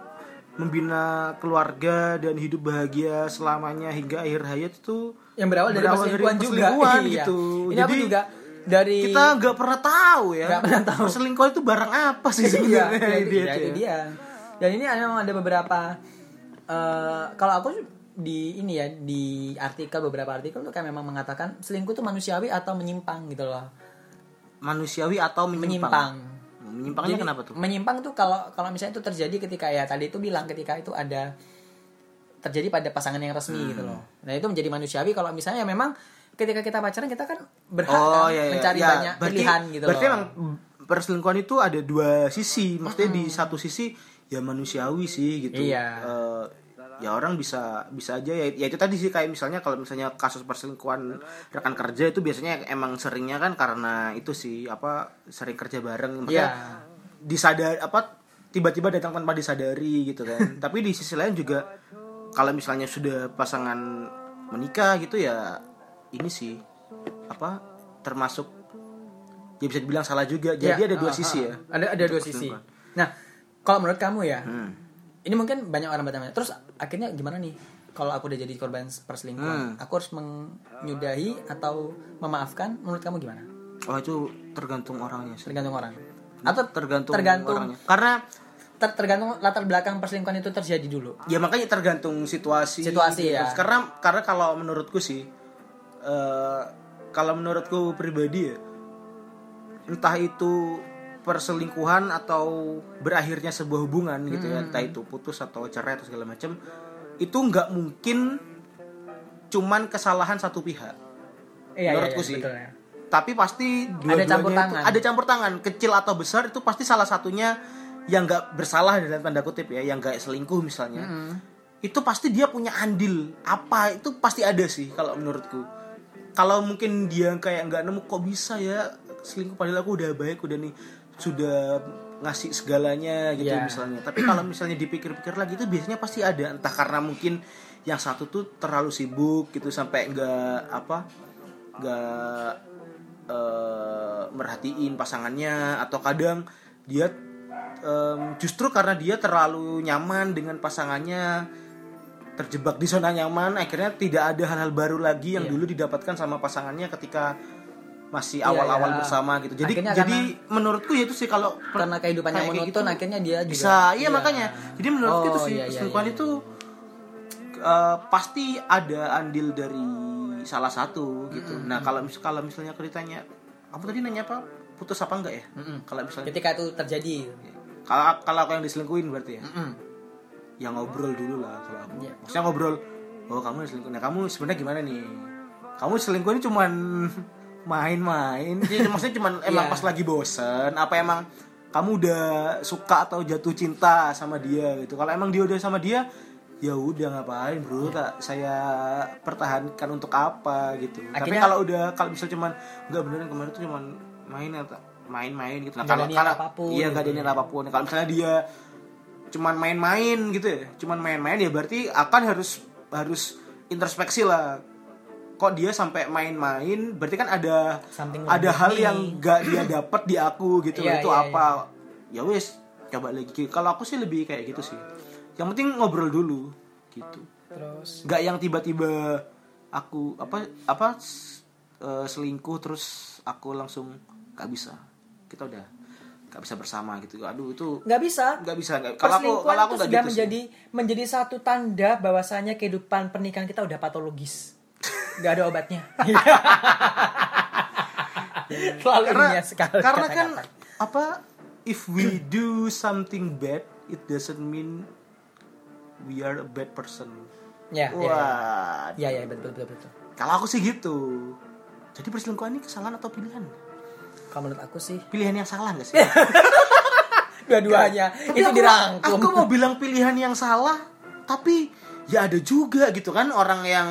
Speaker 1: membina keluarga dan hidup bahagia selamanya hingga akhir hayat itu
Speaker 2: yang berawal dari
Speaker 1: Berawal dari
Speaker 2: perselingkuhan juga
Speaker 1: perselingkuhan
Speaker 2: Iya.
Speaker 1: gitu.
Speaker 2: ini aku
Speaker 1: Jadi,
Speaker 2: juga dari
Speaker 1: kita nggak pernah tahu ya.
Speaker 2: Nggak pernah tahu.
Speaker 1: Selingkuh itu barang apa sih
Speaker 2: iya,
Speaker 1: sebenarnya? Dia
Speaker 2: iya, iya,
Speaker 1: tuh
Speaker 2: itu
Speaker 1: ya.
Speaker 2: dia. Dan ini ada- memang ada beberapa eh, kalau aku di ini ya di artikel beberapa artikel tuh kayak memang mengatakan selingkuh tuh manusiawi atau menyimpang gitu loh.
Speaker 1: Manusiawi atau menyimpang?
Speaker 2: Menyimpang.
Speaker 1: Menyimpangnya
Speaker 2: Jadi,
Speaker 1: kenapa tuh?
Speaker 2: Menyimpang tuh kalau kalau misalnya itu terjadi ketika ya tadi itu bilang ketika itu ada terjadi pada pasangan yang resmi gitu
Speaker 1: Hmm.
Speaker 2: loh. Nah, itu menjadi manusiawi kalau misalnya memang ketika kita pacaran kita kan berhak kan mencari
Speaker 1: Ya,
Speaker 2: banyak pilihan gitu
Speaker 1: berarti
Speaker 2: loh.
Speaker 1: emang perselingkuhan itu ada dua sisi. Maksudnya di satu sisi ya manusiawi sih gitu.
Speaker 2: Iya.
Speaker 1: Eh, ya orang bisa bisa aja ya, ya itu tadi sih kayak misalnya kalau misalnya kasus perselingkuhan rekan kerja itu biasanya emang seringnya kan karena itu sih apa sering kerja bareng maksudnya
Speaker 2: Iya.
Speaker 1: disadar apa tiba-tiba datang tanpa disadari gitu kan. Tapi di sisi lain juga kalau misalnya sudah pasangan menikah gitu ya ini sih apa termasuk ya bisa dibilang salah juga. Jadi
Speaker 2: Ya,
Speaker 1: ada dua
Speaker 2: ah,
Speaker 1: sisi
Speaker 2: ah,
Speaker 1: ya.
Speaker 2: Ada ada
Speaker 1: Untuk
Speaker 2: dua sisi.
Speaker 1: perselingkuhan.
Speaker 2: Nah, kalau menurut kamu ya,
Speaker 1: Hmm.
Speaker 2: ini mungkin banyak orang bertanya. Terus akhirnya gimana nih? Kalau aku udah jadi korban
Speaker 1: Hmm.
Speaker 2: perselingkuhan, aku harus menyudahi atau memaafkan? Menurut kamu gimana?
Speaker 1: Oh itu tergantung orangnya sih.
Speaker 2: Tergantung orang. Atau
Speaker 1: Tergantung,
Speaker 2: tergantung
Speaker 1: orangnya. Karena
Speaker 2: ter- tergantung latar belakang perselingkuhan itu terjadi dulu.
Speaker 1: ya makanya tergantung situasi.
Speaker 2: Situasi, ya.
Speaker 1: Terus Karena karena kalau menurutku sih eh kalau menurutku pribadi ya entah itu perselingkuhan atau berakhirnya sebuah hubungan gitu
Speaker 2: Hmm.
Speaker 1: ya entah itu putus atau cerai atau segala macam itu nggak mungkin cuman kesalahan satu pihak
Speaker 2: Iya,
Speaker 1: Menurutku sih.
Speaker 2: betul ya.
Speaker 1: tapi pasti dua-duanya
Speaker 2: campur
Speaker 1: itu-
Speaker 2: tangan.
Speaker 1: ada campur tangan kecil atau besar itu pasti salah satunya yang nggak bersalah dalam tanda kutip ya yang nggak selingkuh misalnya itu pasti dia punya andil apa itu pasti ada sih kalau menurutku kalau mungkin dia kayak nggak nemu kok bisa ya selingkuh padahal aku udah baik udah nih sudah ngasih segalanya gitu
Speaker 2: Iya.
Speaker 1: misalnya tapi kalau misalnya dipikir-pikir lagi itu biasanya pasti ada entah karena mungkin yang satu tuh terlalu sibuk gitu sampai nggak apa nggak eh, merhatiin pasangannya atau kadang dia em, justru karena dia terlalu nyaman dengan pasangannya terjebak di zona nyaman akhirnya tidak ada hal-hal baru lagi yang
Speaker 2: Iya.
Speaker 1: dulu didapatkan sama pasangannya ketika masih
Speaker 2: Iya,
Speaker 1: awal-awal
Speaker 2: iya.
Speaker 1: bersama gitu jadi
Speaker 2: Akhirnya
Speaker 1: jadi menurutku ya itu sih kalau per-
Speaker 2: Karena kehidupannya
Speaker 1: kayak
Speaker 2: monoton
Speaker 1: gitu,
Speaker 2: akhirnya dia juga
Speaker 1: bisa iya makanya jadi menurutku
Speaker 2: Oh,
Speaker 1: itu sih
Speaker 2: iya, iya,
Speaker 1: perselingkuhan
Speaker 2: iya,
Speaker 1: itu eh, pasti ada andil dari salah satu gitu nah kalau mis kalau misalnya aku ditanya kamu tadi nanya apa putus apa enggak ya kalau misalnya
Speaker 2: ketika itu terjadi.
Speaker 1: kalau kalau aku yang diselingkuhin berarti ya
Speaker 2: Mm-mm.
Speaker 1: yang ngobrol dulu lah kalau aku.
Speaker 2: Iya.
Speaker 1: Maksudnya ngobrol, oh kamu selingkuh. Nah, kamu sebenarnya gimana nih? Kamu selingkuh ini cuman main-main. Jadi maksudnya cuman emang
Speaker 2: Iya.
Speaker 1: pas lagi bosen apa emang kamu udah suka atau jatuh cinta sama dia gitu. Kalau emang dia udah sama dia, ya udah ngapain, Bro? Tak saya pertahankan untuk apa gitu. Tapi
Speaker 2: Akhirnya-
Speaker 1: kalau udah kalau bisa cuman enggak beneran kemarin tuh cuman main atau main-main gitu. Nah,
Speaker 2: Nggak ada
Speaker 1: kalau
Speaker 2: niat
Speaker 1: kalau
Speaker 2: apapun.
Speaker 1: iya nggak ada niat apapun. Kalau misalnya dia cuman main-main gitu ya cuman main-main ya berarti akan harus harus introspeksi lah kok dia sampai main-main berarti kan ada
Speaker 2: Something
Speaker 1: ada
Speaker 2: wrong
Speaker 1: hal
Speaker 2: with
Speaker 1: yang
Speaker 2: me.
Speaker 1: gak dia dapat di aku gitu loh
Speaker 2: Iya,
Speaker 1: itu
Speaker 2: iya,
Speaker 1: apa ya wes coba lagi kalau aku sih lebih kayak gitu sih yang penting ngobrol dulu gitu
Speaker 2: Terus
Speaker 1: nggak yang tiba-tiba aku apa apa e, s- eh, selingkuh terus aku langsung gak bisa kita udah nggak bisa bersama gitu aduh itu
Speaker 2: nggak bisa
Speaker 1: nggak bisa nggak- kalau aku
Speaker 2: perselingkuhan
Speaker 1: kalau aku
Speaker 2: itu
Speaker 1: nggak
Speaker 2: sudah
Speaker 1: gitu sih.
Speaker 2: menjadi menjadi satu tanda bahwasanya kehidupan pernikahan kita udah patologis nggak ada obatnya terlalu
Speaker 1: karena
Speaker 2: ilmiah sekali
Speaker 1: karena kan
Speaker 2: kata-kata.
Speaker 1: apa if we do something bad it doesn't mean we are a bad person
Speaker 2: ya ya
Speaker 1: wah
Speaker 2: ya ya betul betul betul
Speaker 1: kalau aku sih gitu jadi perselingkuhan ini kesalahan atau pilihan
Speaker 2: kalau menurut aku sih
Speaker 1: pilihan yang salah nggak sih
Speaker 2: dua-duanya
Speaker 1: Tapi
Speaker 2: itu
Speaker 1: aku-
Speaker 2: dirangkum
Speaker 1: aku mau bilang pilihan yang salah tapi ya ada juga gitu kan orang yang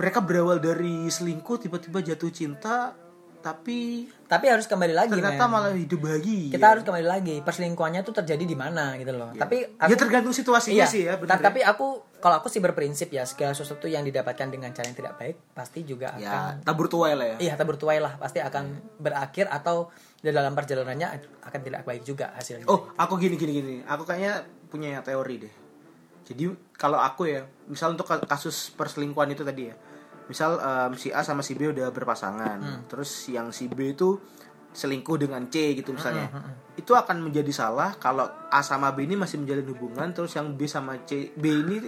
Speaker 1: mereka berawal dari selingkuh tiba-tiba jatuh cinta tapi
Speaker 2: tapi harus kembali lagi
Speaker 1: ternyata
Speaker 2: men.
Speaker 1: malah hidup bahagia
Speaker 2: kita harus kembali lagi perselingkuhannya tuh terjadi di mana gitu loh tapi
Speaker 1: ya tergantung situasinya
Speaker 2: Iya,
Speaker 1: sih ya benar
Speaker 2: ta- tapi aku kalau aku sih berprinsip ya segala sesuatu yang didapatkan dengan cara yang tidak baik pasti juga akan
Speaker 1: ya tabur tuai lah ya
Speaker 2: iya tabur tuai lah pasti akan berakhir atau di dalam perjalanannya akan tidak baik juga hasilnya.
Speaker 1: Oh, aku gini gini gini. Aku kayaknya punya teori deh. Jadi kalau aku ya, misal untuk ka- kasus perselingkuhan itu tadi ya. Misal em, si A sama si B udah berpasangan. Terus yang si B itu selingkuh dengan C gitu misalnya. Itu akan menjadi salah kalau A sama B ini masih menjalin hubungan terus yang B sama C B ini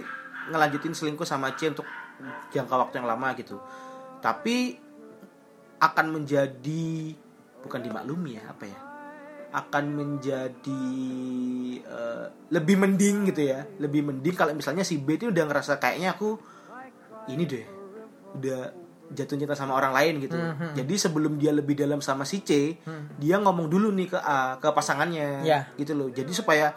Speaker 1: ngelanjutin selingkuh sama C untuk jangka waktu yang lama gitu. Tapi akan menjadi bukan dimaklumi ya apa ya akan menjadi eh, lebih mending gitu ya lebih mending kalau misalnya si B itu udah ngerasa kayaknya aku ini deh udah jatuh cinta sama orang lain gitu jadi sebelum dia lebih dalam sama si C dia ngomong dulu nih ke A ke pasangannya
Speaker 2: Ya.
Speaker 1: gitu loh jadi supaya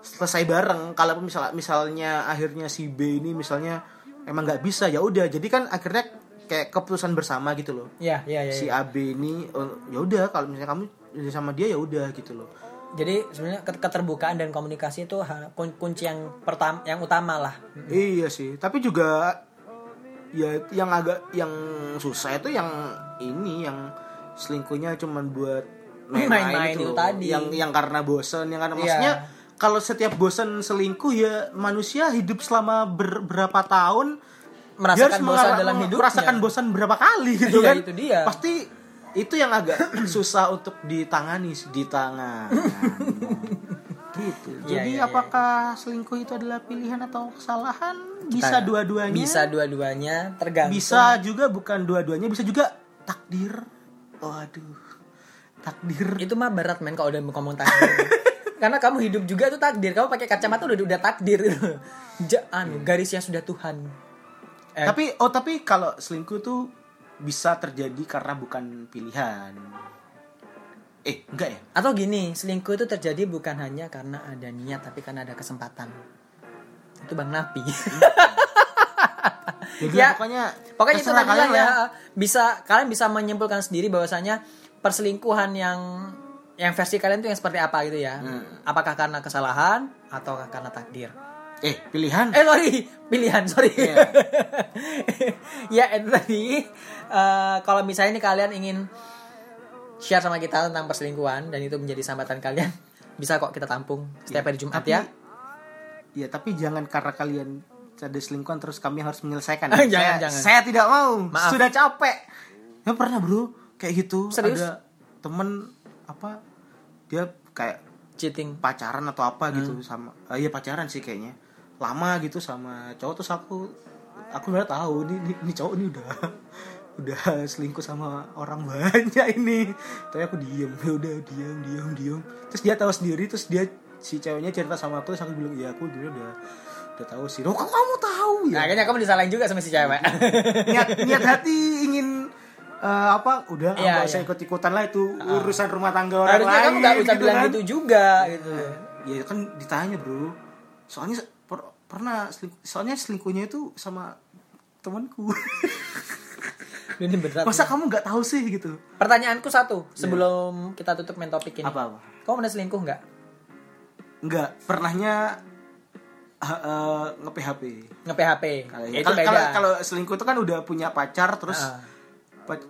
Speaker 1: selesai bareng kalau misalnya misalnya akhirnya si B ini misalnya emang nggak bisa ya udah jadi kan akhirnya kayak keputusan bersama gitu loh
Speaker 2: Ya, ya, ya.
Speaker 1: si
Speaker 2: ya.
Speaker 1: AB ini oh, ya udah kalau misalnya kamu udah sama dia ya udah gitu loh.
Speaker 2: Jadi sebenarnya ket- keterbukaan dan komunikasi itu ha- kun- kunci yang pertama yang utama lah.
Speaker 1: Iya sih, tapi juga ya yang agak yang susah itu yang ini yang selingkuhnya cuman buat
Speaker 2: Main-main
Speaker 1: main-main
Speaker 2: itu
Speaker 1: itu loh.
Speaker 2: tadi.
Speaker 1: Yang yang karena bosan, yang karena
Speaker 2: Iya.
Speaker 1: maksudnya kalau setiap bosan selingkuh ya manusia hidup selama ber- berapa tahun dia
Speaker 2: Merasakan
Speaker 1: harus
Speaker 2: bosan
Speaker 1: mengar-
Speaker 2: dalam hidupnya.
Speaker 1: merasakan bosan berapa kali gitu
Speaker 2: Iya,
Speaker 1: kan
Speaker 2: itu dia.
Speaker 1: pasti itu yang agak susah untuk ditangani ditangani gitu
Speaker 2: Iya,
Speaker 1: jadi
Speaker 2: iya, iya.
Speaker 1: apakah selingkuh itu adalah pilihan atau kesalahan bisa
Speaker 2: Kita-
Speaker 1: dua-duanya
Speaker 2: Bisa dua-duanya tergantung.
Speaker 1: bisa juga bukan dua-duanya bisa juga takdir waduh takdir
Speaker 2: Itu mah berat men kalau udah ngomong takdir. Karena kamu hidup juga itu takdir. Kamu pakai kacamata udah udah takdir. Ja- anu, garis yang sudah Tuhan. Eh,
Speaker 1: tapi oh tapi kalau selingkuh tuh bisa terjadi karena bukan pilihan eh enggak ya
Speaker 2: Atau gini, selingkuh itu terjadi bukan hanya karena ada niat, tapi karena ada kesempatan. Itu Bang Napi.
Speaker 1: Jadi
Speaker 2: Ya,
Speaker 1: pokoknya
Speaker 2: Pokoknya itu
Speaker 1: terserah
Speaker 2: tadi lah
Speaker 1: kalian
Speaker 2: ya.
Speaker 1: lah
Speaker 2: Bisa kalian bisa menyimpulkan sendiri bahwasanya perselingkuhan yang yang versi kalian tuh yang seperti apa gitu ya.
Speaker 1: Hmm.
Speaker 2: Apakah karena kesalahan atau karena takdir?
Speaker 1: Eh, pilihan.
Speaker 2: Eh sorry, pilihan sorry.
Speaker 1: Iya.
Speaker 2: ya itu tadi. eh, kalau misalnya nih kalian ingin share sama kita tentang perselingkuhan dan itu menjadi sambatan kalian, bisa kok kita tampung setiap hari
Speaker 1: Iya.
Speaker 2: Jumat
Speaker 1: Tapi-
Speaker 2: ya.
Speaker 1: Ya, tapi jangan karena kalian ada selingkuhan terus kami harus menyelesaikan.
Speaker 2: Jangan,
Speaker 1: saya,
Speaker 2: jangan.
Speaker 1: Saya tidak mau.
Speaker 2: Maaf.
Speaker 1: Sudah capek. Ya pernah, Bro. Kayak gitu
Speaker 2: Serius?
Speaker 1: ada temen apa dia kayak
Speaker 2: Cheating.
Speaker 1: pacaran atau apa gitu
Speaker 2: Hmm.
Speaker 1: sama eh, iya pacaran sih kayaknya. Lama gitu sama cowok terus aku aku udah tahu ini ini, ini cowok ini udah udah selingkuh sama orang banyak ini. Tapi aku diem, ya udah diem, diem, diem. Terus dia tahu sendiri, terus dia si ceweknya cerita sama aku, terus aku bilang ya aku dulu udah udah tahu sih. Oh, kok kamu tahu ya?
Speaker 2: Nah, akhirnya kamu disalahin juga sama si cewek.
Speaker 1: niat niat hati ingin eh, apa udah
Speaker 2: Iya,
Speaker 1: nggak usah
Speaker 2: iya. Ah.
Speaker 1: ikut ikutan lah itu urusan rumah tangga orang
Speaker 2: Harusnya
Speaker 1: lain
Speaker 2: kamu gak usah bilang
Speaker 1: kan.
Speaker 2: gitu juga gitu.
Speaker 1: Ya kan ditanya bro. Soalnya se- per- pernah seling- soalnya selingkuhnya itu sama temanku.
Speaker 2: Iya. Ini berat.
Speaker 1: Masa kamu nggak tahu sih gitu?
Speaker 2: Pertanyaanku satu,
Speaker 1: Iya.
Speaker 2: sebelum kita tutup main topik ini.
Speaker 1: Apa-apa?
Speaker 2: Kamu pernah selingkuh nggak?
Speaker 1: Nggak pernahnya eh, eh, nge-PHP.
Speaker 2: Nge-PHP?
Speaker 1: Kalau iya.
Speaker 2: Ya, itu
Speaker 1: kalau- kalau
Speaker 2: beda.
Speaker 1: kalau selingkuh itu kan udah punya pacar terus
Speaker 2: Ah.
Speaker 1: pac-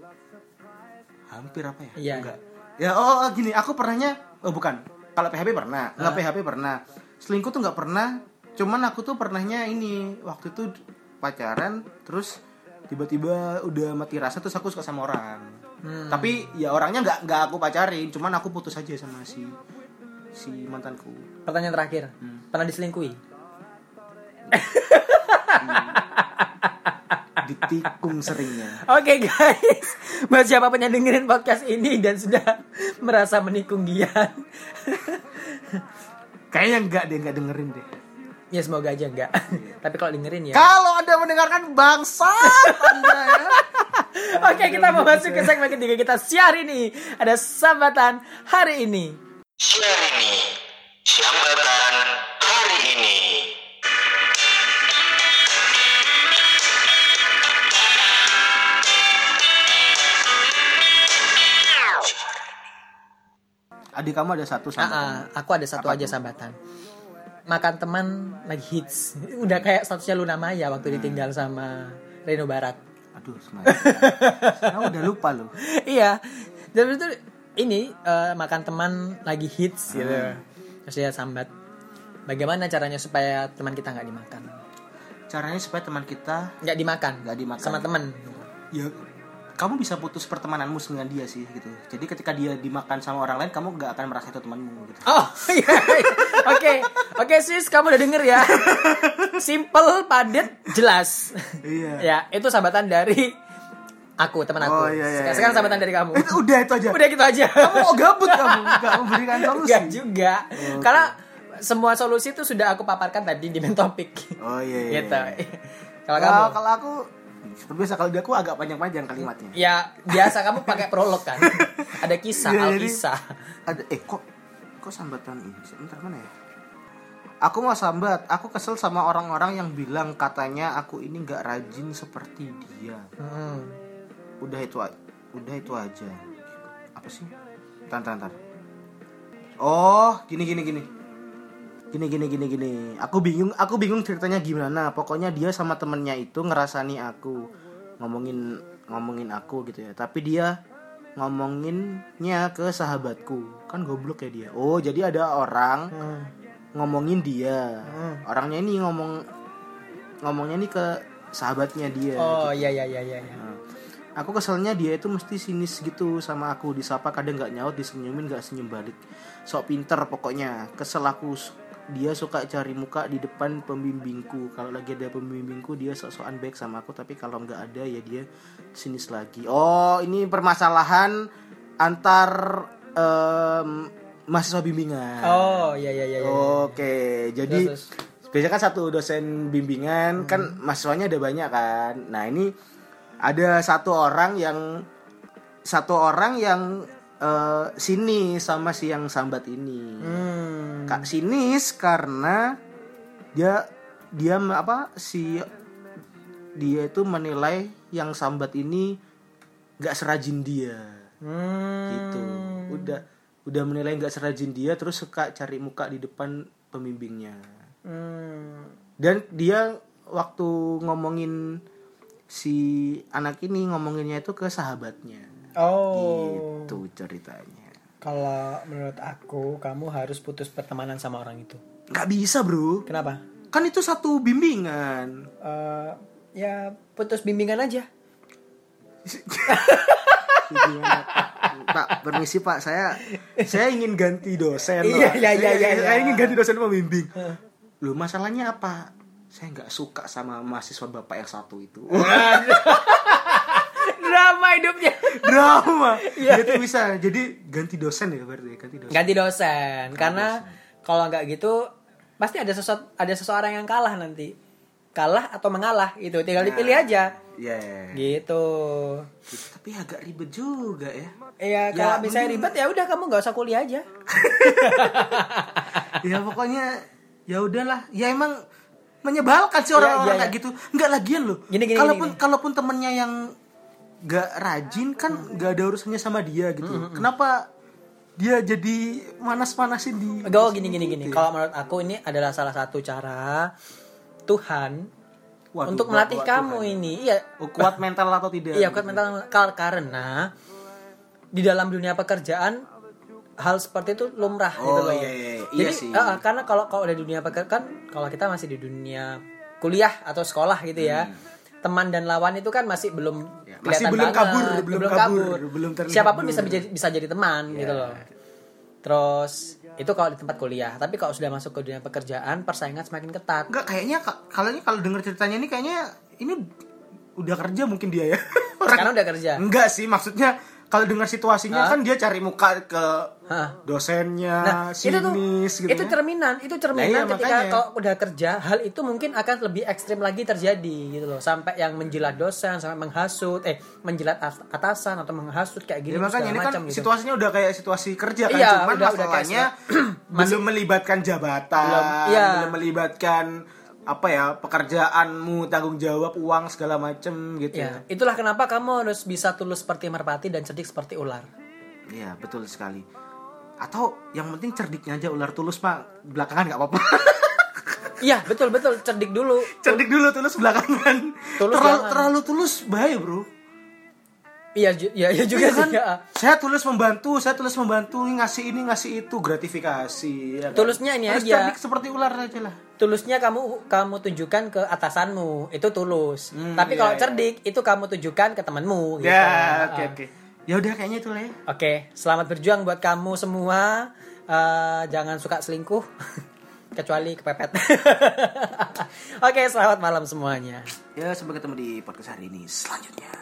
Speaker 1: hampir apa ya?
Speaker 2: Iya.
Speaker 1: Enggak. Ya oh oh, gini, aku pernahnya oh bukan. Kalau PHP pernah,
Speaker 2: Ah.
Speaker 1: nggak PHP pernah. Selingkuh tuh nggak pernah. Cuman aku tuh pernahnya ini waktu itu pacaran terus tiba-tiba udah mati rasa terus aku suka sama orang.
Speaker 2: Hmm.
Speaker 1: tapi ya orangnya nggak nggak aku pacarin cuman aku putus aja sama si si mantanku
Speaker 2: Pertanyaan terakhir.
Speaker 1: Hmm.
Speaker 2: Pernah diselingkuhi?
Speaker 1: ditikung seringnya
Speaker 2: Oke guys, buat siapapun yang dengerin podcast ini dan sudah merasa menikung Gian,
Speaker 1: kayaknya nggak deh nggak dengerin deh
Speaker 2: ya semoga aja enggak. Tapi kalau dengerin
Speaker 1: Iya.
Speaker 2: ya.
Speaker 1: kalau anda mendengarkan bangsa anda ya
Speaker 2: Oke, kita mau
Speaker 1: gitu
Speaker 2: masuk ke segmen ketiga kita siar ini. Ada sambatan hari ini.
Speaker 4: Siar ini, siambatan hari ini.
Speaker 1: adik kamu ada satu
Speaker 2: Ah,
Speaker 1: sama
Speaker 2: ah, aku ada satu aja sambatan. Makan teman lagi hits. Udah kayak statusnya Luna Maya
Speaker 1: Hmm.
Speaker 2: waktu ditinggal sama Reno Barat.
Speaker 1: aduh semuanya Sekarang udah lupa loh
Speaker 2: iya. Dan itu ini eh, makan teman lagi hits gitu.
Speaker 1: Iya.
Speaker 2: Terus dia sambat. Bagaimana caranya supaya teman kita nggak dimakan?
Speaker 1: caranya supaya teman kita
Speaker 2: Nggak dimakan.
Speaker 1: Nggak dimakan.
Speaker 2: Sama teman.
Speaker 1: ya kamu bisa putus pertemananmu dengan dia sih gitu jadi ketika dia dimakan sama orang lain kamu nggak akan merasa itu temanmu gitu
Speaker 2: Oh, iya. Oke. Oke, sis, kamu udah denger ya. Simple, padat, jelas.
Speaker 1: Iya.
Speaker 2: ya, itu sambatan dari aku, teman aku.
Speaker 1: Oh, iya, iya,
Speaker 2: Sekarang-
Speaker 1: iya,
Speaker 2: Sekarang
Speaker 1: iya.
Speaker 2: sambatan dari kamu.
Speaker 1: itu udah itu aja
Speaker 2: Udah Iya, gitu aja.
Speaker 1: kamu mau gabut kamu nggak memberikan solusi
Speaker 2: Enggak juga. Karena semua solusi itu sudah aku paparkan tadi di main topik.
Speaker 1: oh iya iya
Speaker 2: gitu.
Speaker 1: iya.
Speaker 2: Kalau
Speaker 1: Kalau
Speaker 2: kamu
Speaker 1: kalau aku seperti biasa kalau dia aku agak panjang-panjang kalimatnya.
Speaker 2: ya biasa kamu pakai prolog kan. Ada kisah,
Speaker 1: Iya,
Speaker 2: al
Speaker 1: jadi-
Speaker 2: kisah.
Speaker 1: Ada eh kok kok sambatan ini? Sebentar mana ya? Aku mau sambat, aku kesel sama orang-orang yang bilang katanya aku ini nggak rajin seperti dia.
Speaker 2: Hmm.
Speaker 1: Udah itu a- udah itu aja. Apa sih? Tan tan tan. Oh, gini gini gini. Gini gini gini gini. Aku bingung, aku bingung ceritanya gimana. Pokoknya dia sama temennya itu ngerasani aku ngomongin ngomongin aku gitu ya. Tapi dia ngomonginnya ke sahabatku. Kan goblok ya dia. Oh, jadi ada orang
Speaker 2: Hmm.
Speaker 1: ngomongin dia. Orangnya ini ngomong ngomongnya ini ke sahabatnya dia.
Speaker 2: Oh, iya iya iya iya. iya.
Speaker 1: Nah, Aku keselnya dia itu mesti sinis gitu sama aku disapa kadang nggak nyaut disenyumin nggak senyum balik sok pinter pokoknya kesel aku su- dia suka cari muka di depan pembimbingku kalau lagi ada pembimbingku dia sok-sokan baik sama aku tapi kalau nggak ada ya dia sinis lagi oh ini permasalahan antar em, mahasiswa bimbingan
Speaker 2: Oh, iya iya iya. iya.
Speaker 1: Oke, jadi
Speaker 2: Terus,
Speaker 1: biasanya kan satu dosen
Speaker 2: Hmm.
Speaker 1: bimbingan kan mahasiswanya ada banyak kan. Nah ini ada satu orang yang satu orang yang eh, sinis sama si yang sambat ini.
Speaker 2: Hmm.
Speaker 1: Kak sinis karena dia dia me- apa si dia itu menilai yang sambat ini nggak serajin dia
Speaker 2: Hmm.
Speaker 1: gitu udah udah menilai nggak serajin dia terus suka cari muka di depan pembimbingnya
Speaker 2: Hmm.
Speaker 1: dan dia waktu ngomongin si anak ini ngomonginnya itu ke sahabatnya
Speaker 2: Oh.
Speaker 1: gitu ceritanya
Speaker 2: Kalau menurut aku, kamu harus putus pertemanan sama orang itu.
Speaker 1: nggak bisa bro
Speaker 2: Kenapa?
Speaker 1: kan itu satu bimbingan
Speaker 2: Eh, ya putus bimbingan aja.
Speaker 1: Gimana, Pak? pak permisi pak saya saya ingin ganti dosen
Speaker 2: Iya,
Speaker 1: Pak.
Speaker 2: iya, iya,
Speaker 1: Saya-
Speaker 2: iya,
Speaker 1: saya
Speaker 2: iya.
Speaker 1: ingin ganti dosen pembimbing Loh masalahnya apa saya nggak suka sama mahasiswa bapak yang satu itu
Speaker 2: Drama hidupnya.
Speaker 1: drama
Speaker 2: Iya.
Speaker 1: itu bisa jadi ganti dosen ya berarti ganti dosen
Speaker 2: Ganti dosen, karena kalau nggak gitu pasti ada sesuatu ada seseorang yang kalah nanti. Kalah atau mengalah gitu, tinggal dipilih aja.
Speaker 1: Iya, iya, iya.
Speaker 2: Gitu.
Speaker 1: tapi agak ribet juga ya
Speaker 2: Iya,
Speaker 1: Ya,
Speaker 2: kalau misalnya
Speaker 1: mending-
Speaker 2: ribet ya udah kamu nggak usah kuliah aja.
Speaker 1: ya pokoknya ya udahlah ya emang menyebalkan sih orang-orang
Speaker 2: Iya, iya,
Speaker 1: kayak gitu nggak lagian loh
Speaker 2: Gini, gini,
Speaker 1: kalaupun
Speaker 2: gini, gini.
Speaker 1: kalaupun temennya yang nggak rajin kan nggak ada urusannya sama dia gitu kenapa dia jadi manas-manasin di
Speaker 2: Gak oh, gini gini
Speaker 1: ya.
Speaker 2: gini. Kalau menurut aku ini adalah salah satu cara Tuhan
Speaker 1: Waduh,
Speaker 2: untuk
Speaker 1: kuat-
Speaker 2: melatih
Speaker 1: kuat
Speaker 2: kamu
Speaker 1: Tuhan.
Speaker 2: ini. Iya,
Speaker 1: Oh, kuat mental atau tidak
Speaker 2: iya kuat mental kar- karena di dalam dunia pekerjaan hal seperti itu lumrah
Speaker 1: Oh,
Speaker 2: gitu loh.
Speaker 1: iya, iya, iya.
Speaker 2: Jadi
Speaker 1: Iya sih.
Speaker 2: eh, karena kalau kalau di dunia pekerjaan kalau kita masih di dunia kuliah atau sekolah gitu ya. Teman dan lawan itu kan masih belum
Speaker 1: Ya. Masih
Speaker 2: kelihatan
Speaker 1: belum
Speaker 2: banget.
Speaker 1: kabur, belum kabur, belum terlihat
Speaker 2: Siapapun
Speaker 1: kabur.
Speaker 2: bisa menjadi- bisa jadi teman gitu loh. Terus itu kalau di tempat kuliah, tapi kalau sudah masuk ke dunia pekerjaan persaingan semakin ketat.
Speaker 1: Enggak kayaknya ka- kalau ini kalau denger ceritanya ini kayaknya ini udah kerja mungkin dia ya. Orang-
Speaker 2: Sekarang udah kerja.
Speaker 1: Enggak sih, maksudnya kalau dengar situasinya
Speaker 2: Hah?
Speaker 1: kan dia cari muka ke
Speaker 2: Hah?
Speaker 1: dosennya,
Speaker 2: Nah, itu tuh
Speaker 1: Ah, sinis gitu.
Speaker 2: itu
Speaker 1: ya.
Speaker 2: cerminan,
Speaker 1: Nah,
Speaker 2: itu
Speaker 1: iya,
Speaker 2: cerminan ketika
Speaker 1: makanya.
Speaker 2: kalau udah kerja, hal itu mungkin akan lebih ekstrim lagi terjadi gitu loh. Sampai yang menjilat dosen, sampai menghasut, eh menjilat at- atasan atau menghasut kayak
Speaker 1: Ya,
Speaker 2: gini
Speaker 1: makanya
Speaker 2: segala
Speaker 1: ini kan
Speaker 2: macam gitu.
Speaker 1: situasinya udah kayak situasi kerja kan,
Speaker 2: Iya,
Speaker 1: cuman
Speaker 2: udah- udah kayak
Speaker 1: masalahnya belum melibatkan jabatan, belum,
Speaker 2: Belum, iya.
Speaker 1: melibatkan apa ya pekerjaanmu, tanggung jawab, uang segala macem gitu.
Speaker 2: Ya, itulah kenapa kamu harus bisa tulus seperti merpati dan cerdik seperti ular.
Speaker 1: Iya betul sekali. Atau yang penting cerdiknya aja ular tulus pak, belakangan nggak apa-apa.
Speaker 2: Iya, betul betul cerdik dulu.
Speaker 1: cerdik dulu tulus belakangan.
Speaker 2: Tulus
Speaker 1: terlalu,
Speaker 2: jangan.
Speaker 1: terlalu tulus bahaya bro.
Speaker 2: Iya, ju- iya, iya juga
Speaker 1: Iya
Speaker 2: sih.
Speaker 1: kan?
Speaker 2: ya.
Speaker 1: Saya tulus membantu, saya tulus membantu ngasih ini ngasih itu gratifikasi. ya kan?
Speaker 2: Tulusnya ini
Speaker 1: Harus
Speaker 2: aja.
Speaker 1: cerdik seperti ular aja lah.
Speaker 2: Tulusnya kamu kamu tunjukkan ke atasanmu, itu tulus. Tapi
Speaker 1: iya,
Speaker 2: kalau
Speaker 1: iya.
Speaker 2: cerdik itu kamu tunjukkan ke temanmu gitu.
Speaker 1: Ya oke
Speaker 2: Ah.
Speaker 1: oke. Ya udah kayaknya itu lah ya.
Speaker 2: Oke, selamat berjuang buat kamu semua. Eh, jangan suka selingkuh, kecuali kepepet. Oke, selamat malam semuanya.
Speaker 1: Ya sampai ketemu di podcast hari ini selanjutnya.